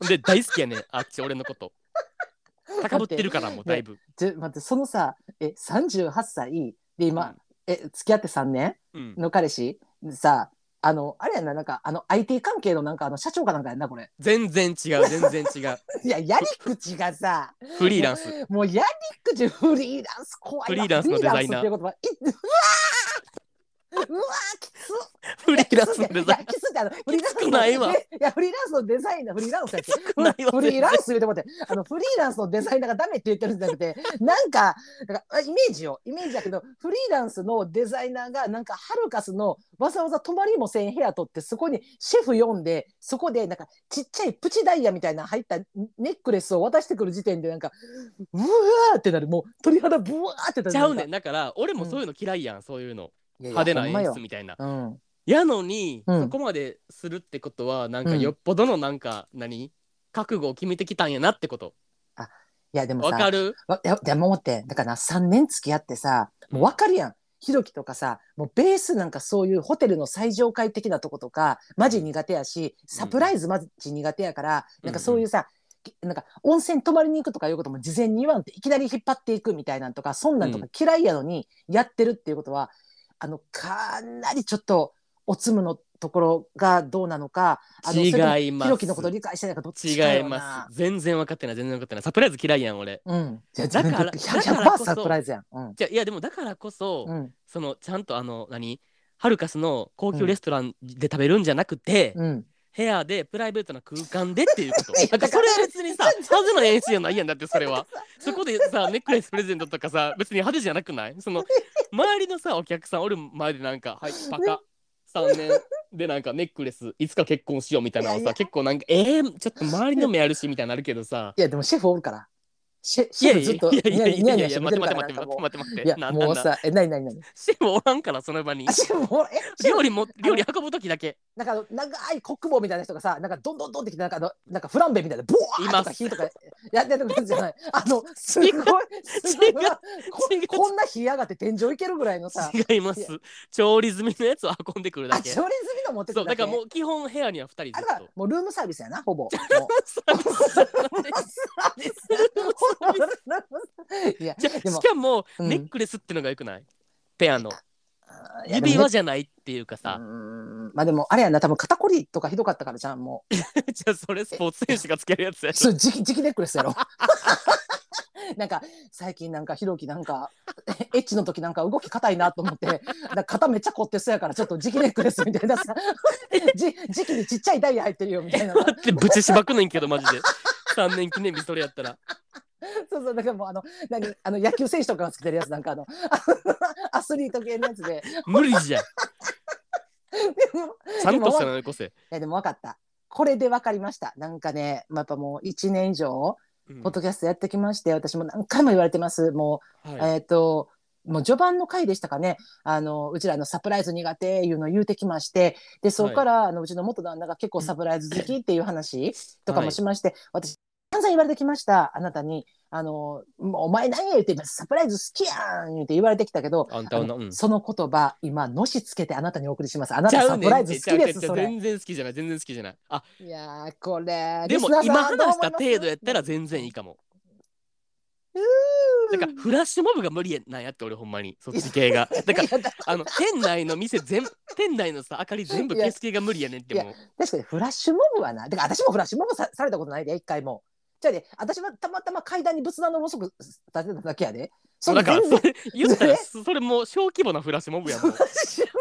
S1: で、大好きやねん、あっち俺のこと。高ぶってるから、もうだいぶ。
S2: ちょ待ってそのさえ38歳で今、
S1: うん
S2: え付き合って3年
S1: うん、
S2: の彼氏さあのあれやななんかあの IT 関係のなんかあの社長かなんかやんなこれ
S1: 全然違う、全然 違う。
S2: いややり口がさ
S1: フリーランス。
S2: もうやり口フリーランス怖いわ
S1: フリーランスのデザイナー
S2: フリーランスっていう言葉いうわーうわーきつ
S1: フリーランスのデザ
S2: い
S1: イ
S2: やきつってあのフリーランス
S1: きつく
S2: の
S1: ないわ
S2: いやフリーランスのデザイナーフリーランス やって
S1: くないわ
S2: フリーランス言うてもらってあのフリーランスのデザイナーがダメって言ってるんじゃなくてなんかなんかあイメージよイメージだけどフリーランスのデザイナーがなんかハルカスのわざわざ泊まりもせん部屋取ってそこにシェフ読んでそこでなんかちっちゃいプチダイヤみたいな入ったネックレスを渡してくる時点でなんかうわーってなるもう鳥肌ブワーってな
S1: ン。
S2: る
S1: ちゃうねん。
S2: んか
S1: だから、俺もそういうの嫌いやん、そういうの。
S2: いやいや
S1: 派手な
S2: ほんま
S1: 演
S2: よ
S1: 出みたいな。
S2: うん
S1: やのに、
S2: うん
S1: そこまでするってことはなんか
S2: うん
S1: よっぽどのなんか、何覚悟を決めてきたんやなってこと
S2: いやでも
S1: わ
S2: さ
S1: かる
S2: わいやでも思ってだからな3年付き合ってさもう分かるやん、ひろきとかさもうベースなんかそういうホテルの最上階的なとことかマジ苦手やしサプライズマジ苦手やから、
S1: うん
S2: なんかそういうさ、きなんか温泉泊まりに行くとかいうことも事前に言わんっていきなり引っ張っていくみたいなんとかそんなんとか嫌いやのにやってるっていうことは、あのかなりちょっとおつむのところがどうなのかあの
S1: 違います
S2: それともひろきのこと理解してないかどっちか
S1: 違い
S2: よな
S1: ます全然分かってない全然分かってないサプライズ嫌いやん俺
S2: うん、いや
S1: だから
S2: 全
S1: だ
S2: 然100%
S1: からこそ
S2: サプライズやん。うん
S1: じゃいやでもだからこそ、
S2: うん
S1: そのちゃんとあの何ハルカスの高級レストランで食べるんじゃなくて、
S2: うん、
S1: 部屋でプライベートな空間でっていうこと
S2: いや
S1: だってそれは別にさ
S2: だから
S1: 派手な演出じゃないやんだってそれはそこでさネックレスプレゼントとかさ別に派手じゃなくないその周りのさお客さんおる前でなんか「はいバカ3年」でなんかネックレスいつか結婚しようみたいなのはいさ
S2: やいや
S1: 結構なんか「えー、ちょっと周りの目あるし」みたいになるけどさ
S2: いやでもシェフおるから。シェ
S1: い
S2: シ
S1: や
S2: ェフ
S1: いや
S2: ずっ
S1: い
S2: とニ
S1: やいやいや
S2: ヤニヤ
S1: い
S2: ニ
S1: や
S2: ヤ
S1: い
S2: し
S1: や
S2: て見
S1: 待っ
S2: てる
S1: て
S2: か
S1: 待っ
S2: らな
S1: て待って待って
S2: んかも
S1: 待っ
S2: う。
S1: て
S2: いや
S1: なん
S2: も
S1: な
S2: う
S1: んなん
S2: さえ何何何。
S1: シェフおらんからその場に
S2: あシェフおるえシェ
S1: 料
S2: フ
S1: 理も料理運ぶ時だけ
S2: なんかあの長いコック帽みたいな人がさなんかどんどんどんってきてなんかあのなんかフランベみたいなボワー
S1: い
S2: と
S1: ま
S2: か
S1: す
S2: 火とかやってるんじゃない。あのすごい
S1: 違
S2: す
S1: う
S2: ごいこ
S1: 違う
S2: こんな火上がって天井いけるぐらいのさ。
S1: 違います
S2: いや
S1: 調理済みのやつを運んでくる
S2: あ
S1: だ
S2: 調理
S1: け
S2: 済みの持ってく
S1: そう
S2: る
S1: だ
S2: だ
S1: から
S2: け。
S1: もう基本部屋には2人ず
S2: あだから
S1: っ
S2: もうルームサービスやなほぼ。もう
S1: と。
S2: いや、
S1: じゃ
S2: でも
S1: しかも、
S2: うん
S1: ネックレスってのがよくないペアの
S2: いやでも
S1: 指輪じゃないっていうかさ、
S2: うーんまあでもあれやな多分肩こりとかひどかったからじゃ んもう
S1: じゃあそれスポーツ選手がつけるやつや
S2: そう直直ネックレスやろ なんか最近なんかひろきなんかエッチの時なんか動き硬いなと思ってなんか肩めっちゃ凝ってそうやからちょっと直ネックレスみたいなさ じ時期にちっちゃいダイヤ入ってるよみたいな
S1: 待ってぶちしばくねんけどマジで3年記念日それやったら
S2: そうそうだからもうあの何あの野球選手とかがつけてるやつなんかあのアスリート系のやつで
S1: 無理じゃん
S2: でも
S1: ちゃんとしたのよこせ、
S2: いやでも分かったこれで分かりましたなんかね、まあ、やっぱもう1年以上
S1: うん
S2: ポッドキャストやってきまして、私も何回も言われてます。もう、
S1: はい
S2: えっ、と、もう序盤の回でしたかね。あの、うちらのサプライズ苦手いうのを言うてきまして、で、そこから、あの、うちの元旦那が結構サプライズ好きっていう話とかもしま して、私、散々言われてきました。あなたに、あの、もうお前何や言って、サプライズ好きやんって言われてきたけど、
S1: あんたはなうん
S2: その言葉、今、のしつけてあなたにお送りします。あな
S1: ち
S2: た
S1: ゃ
S2: サ
S1: う
S2: プ
S1: ね
S2: ラ
S1: ん
S2: イ
S1: っ
S2: ズ
S1: てち
S2: 好
S1: ゃ
S2: き
S1: う
S2: で
S1: ち
S2: す、
S1: ゃう
S2: それ。
S1: 全然好きじゃない全然好きじゃないあ
S2: いやー、これ、
S1: でも
S2: リスナー
S1: 今
S2: さんどう
S1: 話し
S2: 思
S1: た
S2: います
S1: 程度やったら全然いいかも
S2: うー
S1: だからフラッシュモブが無理やなんやって俺ほんまに そっち系がだから
S2: いやだ
S1: あの店内の店全店内のさ明かり全部消す系が無理やねんってもう
S2: 確かにフラッシュモブはな。だから私もフラッシュモブさされたことないで、一回も。じゃあね、私はたまたま階段に仏壇のろうそく立てただけやで。そ
S1: だ
S2: れ
S1: から
S2: 全
S1: そ
S2: 然。
S1: れ 言ったらそれもう小規模な フラッシュモブやもん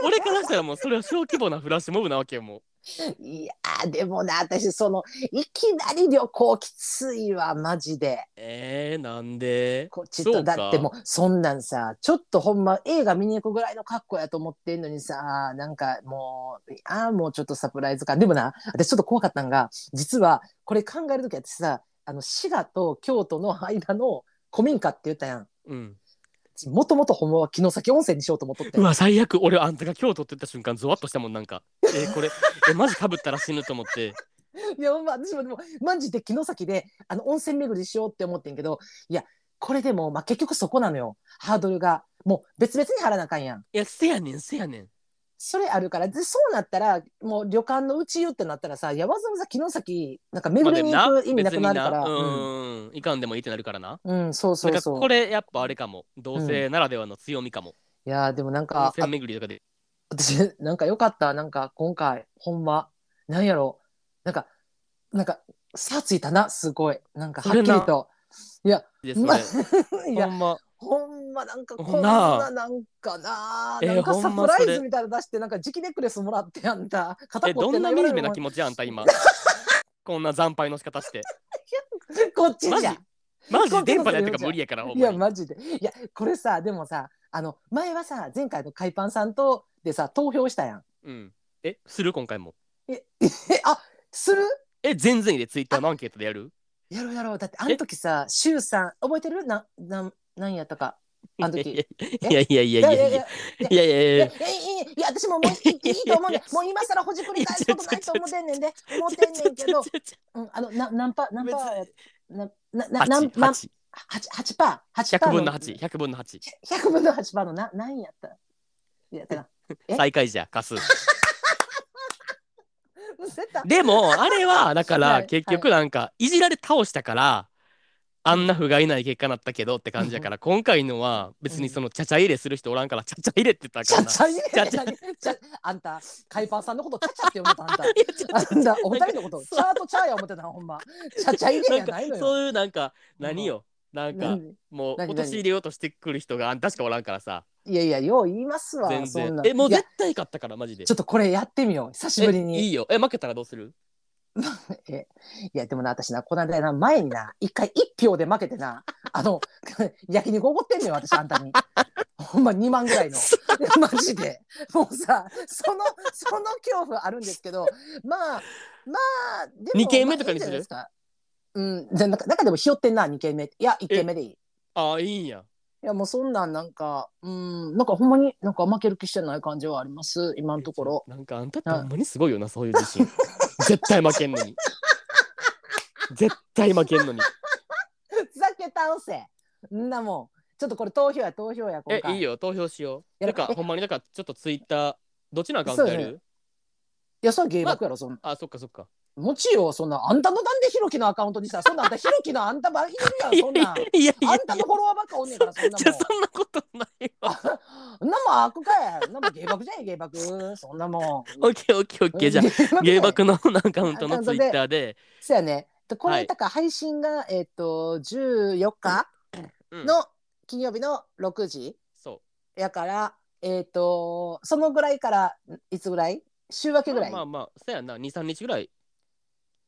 S1: 俺からしたらもうそれは小規模なフラッシュモブなわけよもう
S2: いやーでもな私そのいきなり旅行きついわマジで
S1: えー、なんで
S2: こっち
S1: そ
S2: と
S1: うか
S2: だってもうそんなんさちょっとほんま映画見に行くぐらいの格好やと思ってんのにさなんかもうああもうちょっとサプライズ感でもな私ちょっと怖かったんが実はこれ考える時私さあの滋賀と京都の間の古民家って言ったやん
S1: うん。
S2: もともとほんまは城崎温泉にしようと思っとって
S1: うわ、最悪。俺、あんたが京都って言った瞬間、ゾワッとしたもん、なんか。えーこれ、え、マジかぶったら死ぬと思って。
S2: いや、まあ、私もでも、マジで城崎で、あの、温泉巡りしようって思ってんけど、いや、これでも、まあ、結局そこなのよ。ハードルが。もう、別々に払わなあかんやん。
S1: いや、せやねん、せやねん。
S2: それあるから、で、そうなったら、もう旅館のうちよってなったらさ、いや、わざわざ城崎、なんか巡りに行く意味なくなるから。
S1: 別にな
S2: うん
S1: うん。いかんでもいいってなるからな。
S2: うん、そうそ
S1: な
S2: うん
S1: か
S2: そ
S1: こ
S2: う。
S1: れ、やっぱあれかも。同性ならではの強みかも。
S2: いや、でもなん
S1: 温
S2: か、あ
S1: 泉巡りとかで。
S2: 私、なんかよかった。なんか、今回、ほんま、なんやろなんか、なんか、差ついたな、すごい。なんか、はっきり
S1: それ
S2: と。いや、
S1: です
S2: ま
S1: ね
S2: あ。 いや
S1: ほ、んま。
S2: ほんまなんか
S1: ほん
S2: こん
S1: な
S2: ななんかなあ、
S1: えー
S2: なんか
S1: ほ
S2: サ
S1: ん
S2: プ
S1: まそれ
S2: ライズみたいなの出してなんか磁気ネックレスもらってやんだ。肩
S1: え、
S2: 凝
S1: ど
S2: って
S1: んな
S2: 言わ
S1: 惨
S2: れる
S1: めな
S2: もん
S1: 気持ちやあんた、 今。こんな惨敗の仕方して。
S2: こっち
S1: マ
S2: じ
S1: ジ
S2: ゃ。
S1: マジ
S2: こっちの
S1: 電波でやってる
S2: セリフ
S1: か
S2: じゃ
S1: 無理やから、ほん
S2: い
S1: ま
S2: や
S1: に。
S2: マジで。いやこれさでもさあの前はさ前回の海パンさんとでさ投票したやん。
S1: うん。え、する今回も。
S2: ええあする
S1: え、全然いいで、ツイッターのアンケートでやる
S2: やろうやろうだってあの時さしゅうさん覚えてるななんなんやったかあの時。
S1: いやいやいやいやいやいやいやいやい
S2: いや
S1: や
S2: いやいやいや私ももういいいいと思うねんもう今更ほじくり返すことないと思ってんねんで思ってんねんけどうん、あの、な、何パー、何パーや、な、な、な、何、な、
S1: 八
S2: 八、八パー、八パー。
S1: 百分の八、。百分の八。
S2: 百分の八パーの、な、何やった。いや、だから、え
S1: 最下位じゃ、貸す。
S2: うせた。
S1: でも、あれは、だか
S2: は
S1: ら、
S2: い
S1: 結局なんか、いじられ倒したから、あんな不甲斐ない結果になったけどって感じやから、今回のは別にその、ちゃちゃ入れする人おらんから、ちゃちゃ入れって言った
S2: ち
S1: か
S2: ゃ
S1: らな。
S2: ちゃいね。
S1: ちゃちゃ
S2: ちゃあんた、カイパーさんのこと、ちゃちゃって思っ た、あんた。あんた、お二人のこと、チャーとチャーや思ってた、ほんま。ちゃちゃいねじ
S1: な
S2: ゃ
S1: んか
S2: ないのよ。
S1: そういうなんか、何よ。なんか、
S2: 何
S1: もう、
S2: 何何
S1: 陥れようとしてくる人が、あんたしかおらんからさ、
S2: いやいや、よう言いますわ。
S1: 全
S2: そん
S1: 然
S2: な。。
S1: え、もう
S2: いや
S1: 絶対勝ったから、マジで
S2: ちょ。っとこれやってみよう。久しぶり
S1: えい
S2: に。
S1: いよ。え、負けたらどうする
S2: えいやでもな私なこの間な前にな一回一票で負けてなあの 焼肉おごってんのよ私あんたにほんま2万ぐらいの マジでもうさそのその恐怖あるんですけどまあまあでも
S1: 二軒目とかにする
S2: まあいいんじゃないですかうんじゃなんかなんかでもひよってんな2軒目いや1軒目でいいい
S1: ああ、いいんや。
S2: やもうそんなんなんかうんなんかほんまになんか負ける気してない感じはあります今のところ
S1: なんかあんたってほんまにすごいよな、そういう自 信。絶対負けんのに。絶対負けんの に。
S2: ふざけ倒せんなもんちょっとこれ投票や投票や今
S1: え、
S2: 回
S1: いいよ、投票しよう。
S2: や
S1: な
S2: だ
S1: んか、
S2: え
S1: ほんまになんか、ちょっとツイッター、どっちのアカウントや
S2: そう
S1: る、
S2: やねいや、それは芸爆やろ、そんな。
S1: あ、そっかそっか。
S2: もちよ、そんな。あんたのなんでひろきのアカウントにさ、そんなあんたひろきのあんたばっかいるやん、そんな。
S1: いやいや
S2: あ
S1: い
S2: んたのフォロワーばっかおんねんから、そん
S1: や、
S2: な
S1: じゃ
S2: もん。
S1: そんなことないわ。
S2: そんなもん悪かや。そんなもん芸爆じゃん、芸爆。そんなも
S1: オッケーオッケーオッ
S2: ん。
S1: ケー。じゃあ、
S2: あ
S1: 芸爆のアカウントのツイッターで、
S2: そうやね。でこ
S1: は
S2: れ、
S1: い
S2: だから配信が、えっ、と、14日
S1: うん、
S2: の金曜日の6時
S1: そ
S2: やから、えっ、と、そのぐらいから、いつぐらい週明
S1: う。
S2: けぐらい。
S1: まあまあまあ、そうやな、2、3日ぐらい。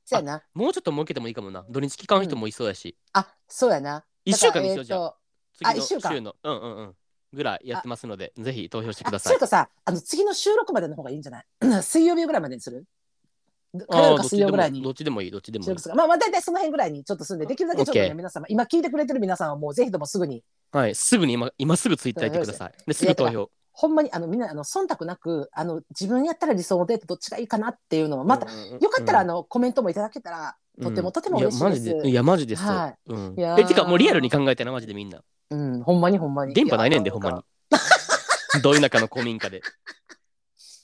S2: そうやな。
S1: もうちょっと儲けてもいいかもな。土日期間人もいそうやし。
S2: あ、そうやな。
S1: 1週間にしよう
S2: だ
S1: じゃ
S2: か
S1: あ。
S2: らえーとあ
S1: 次
S2: 一週
S1: の
S2: 間
S1: 週のうんうんうんぐらいやってますのでぜひ投票してくだ
S2: あ
S1: さ
S2: そ。
S1: いう
S2: かさあの次の収録までの方がいいんじゃない 水曜日ぐらいまでにする火
S1: あー
S2: 曜
S1: どっち
S2: か水
S1: で
S2: 曜
S1: も
S2: ぐらい
S1: ど
S2: に
S1: っちでもいいどっちでもい
S2: 収
S1: い
S2: 録。するまあまあ大体その辺ぐらいにちょっとすんでできるだけちょっと
S1: オッケ
S2: ね
S1: ー
S2: 皆様今聞いてくれてる皆さんはもうぜひともすぐに
S1: はいすぐに今今すぐツイッター行ってください。ですぐ投票。
S2: ほんまにあのみんなあの忖度なくあの自分やったら理想のデートどっちがいいかなっていうのをまた、
S1: うんうんうん
S2: よかったらあのコメントもいただけたらとてもとても嬉しい
S1: やマ
S2: です
S1: ジでいやマジです。
S2: は
S1: うん
S2: いやー
S1: えてかもうリアルに考えてなマジでみんな
S2: うんほんまにほんまに
S1: 電波ないねんで
S2: い
S1: ほ
S2: や
S1: んまに。ど田舎の古民家で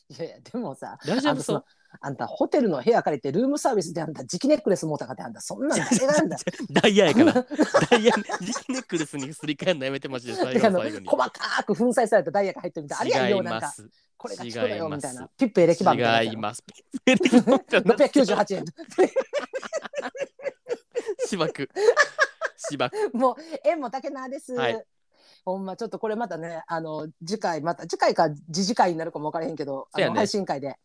S2: いやいやでもさ
S1: 大丈
S2: あ
S1: 夫
S2: の
S1: そ
S2: そうの。あんたホテルの部屋借りてルームサービスであんた磁気ネックレス持ったかってあんたそ んなん誰があんだ
S1: ダイヤやからダイヤ磁気ネックレスにすり替えるのやめてマジで最
S2: だ
S1: 後
S2: から
S1: の
S2: あ
S1: 最
S2: の
S1: 後に
S2: 細。かく粉砕されたダイヤが入ってるみたいなあれやん
S1: 違
S2: よ
S1: い
S2: うなん
S1: ま
S2: か
S1: す。
S2: これが効くのよみたい
S1: 違いま
S2: な
S1: す
S2: ピップエレキバンみた
S1: 違
S2: いないや
S1: ます。698
S2: つ698円
S1: 芝生芝生
S2: もう円も竹縄です、
S1: はい
S2: ほんまちょっとこれまたねあの次回また次回か次次回になるかも分からへんけどあ
S1: そうや
S2: の、
S1: ね
S2: 配信会で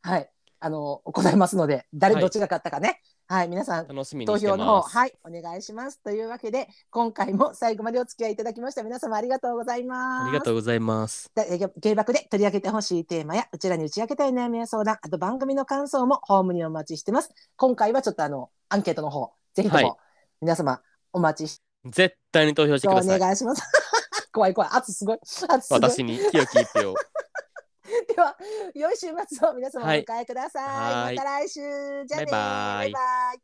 S2: はいあの、行いますので、誰、
S1: はい
S2: どっちが勝ったかね。はい、皆さん、
S1: 楽しみに
S2: 投
S1: して
S2: 票の方、
S1: ます。
S2: はい、お願いします。というわけで、今回も最後までお付き合いいただきました。皆様ありがとうございます。
S1: ありがとうございます。
S2: だえ芸爆で取り上げてほしいテーマやうちらに打ち明けたい悩みや相談あと番組の感想もホームにお待ちしてます今回はちょっとあのアンケートの方ぜひと
S1: はい
S2: も皆様お待ちして
S1: 絶対に投票してく
S2: お
S1: ださい。
S2: 願いします、 怖い怖い圧すごい圧すごい
S1: 私に清き一票を。
S2: では良い週末を皆様お
S1: はい
S2: 迎えください、
S1: はい
S2: また来週じゃあ
S1: バイバイ
S2: ねバイバイ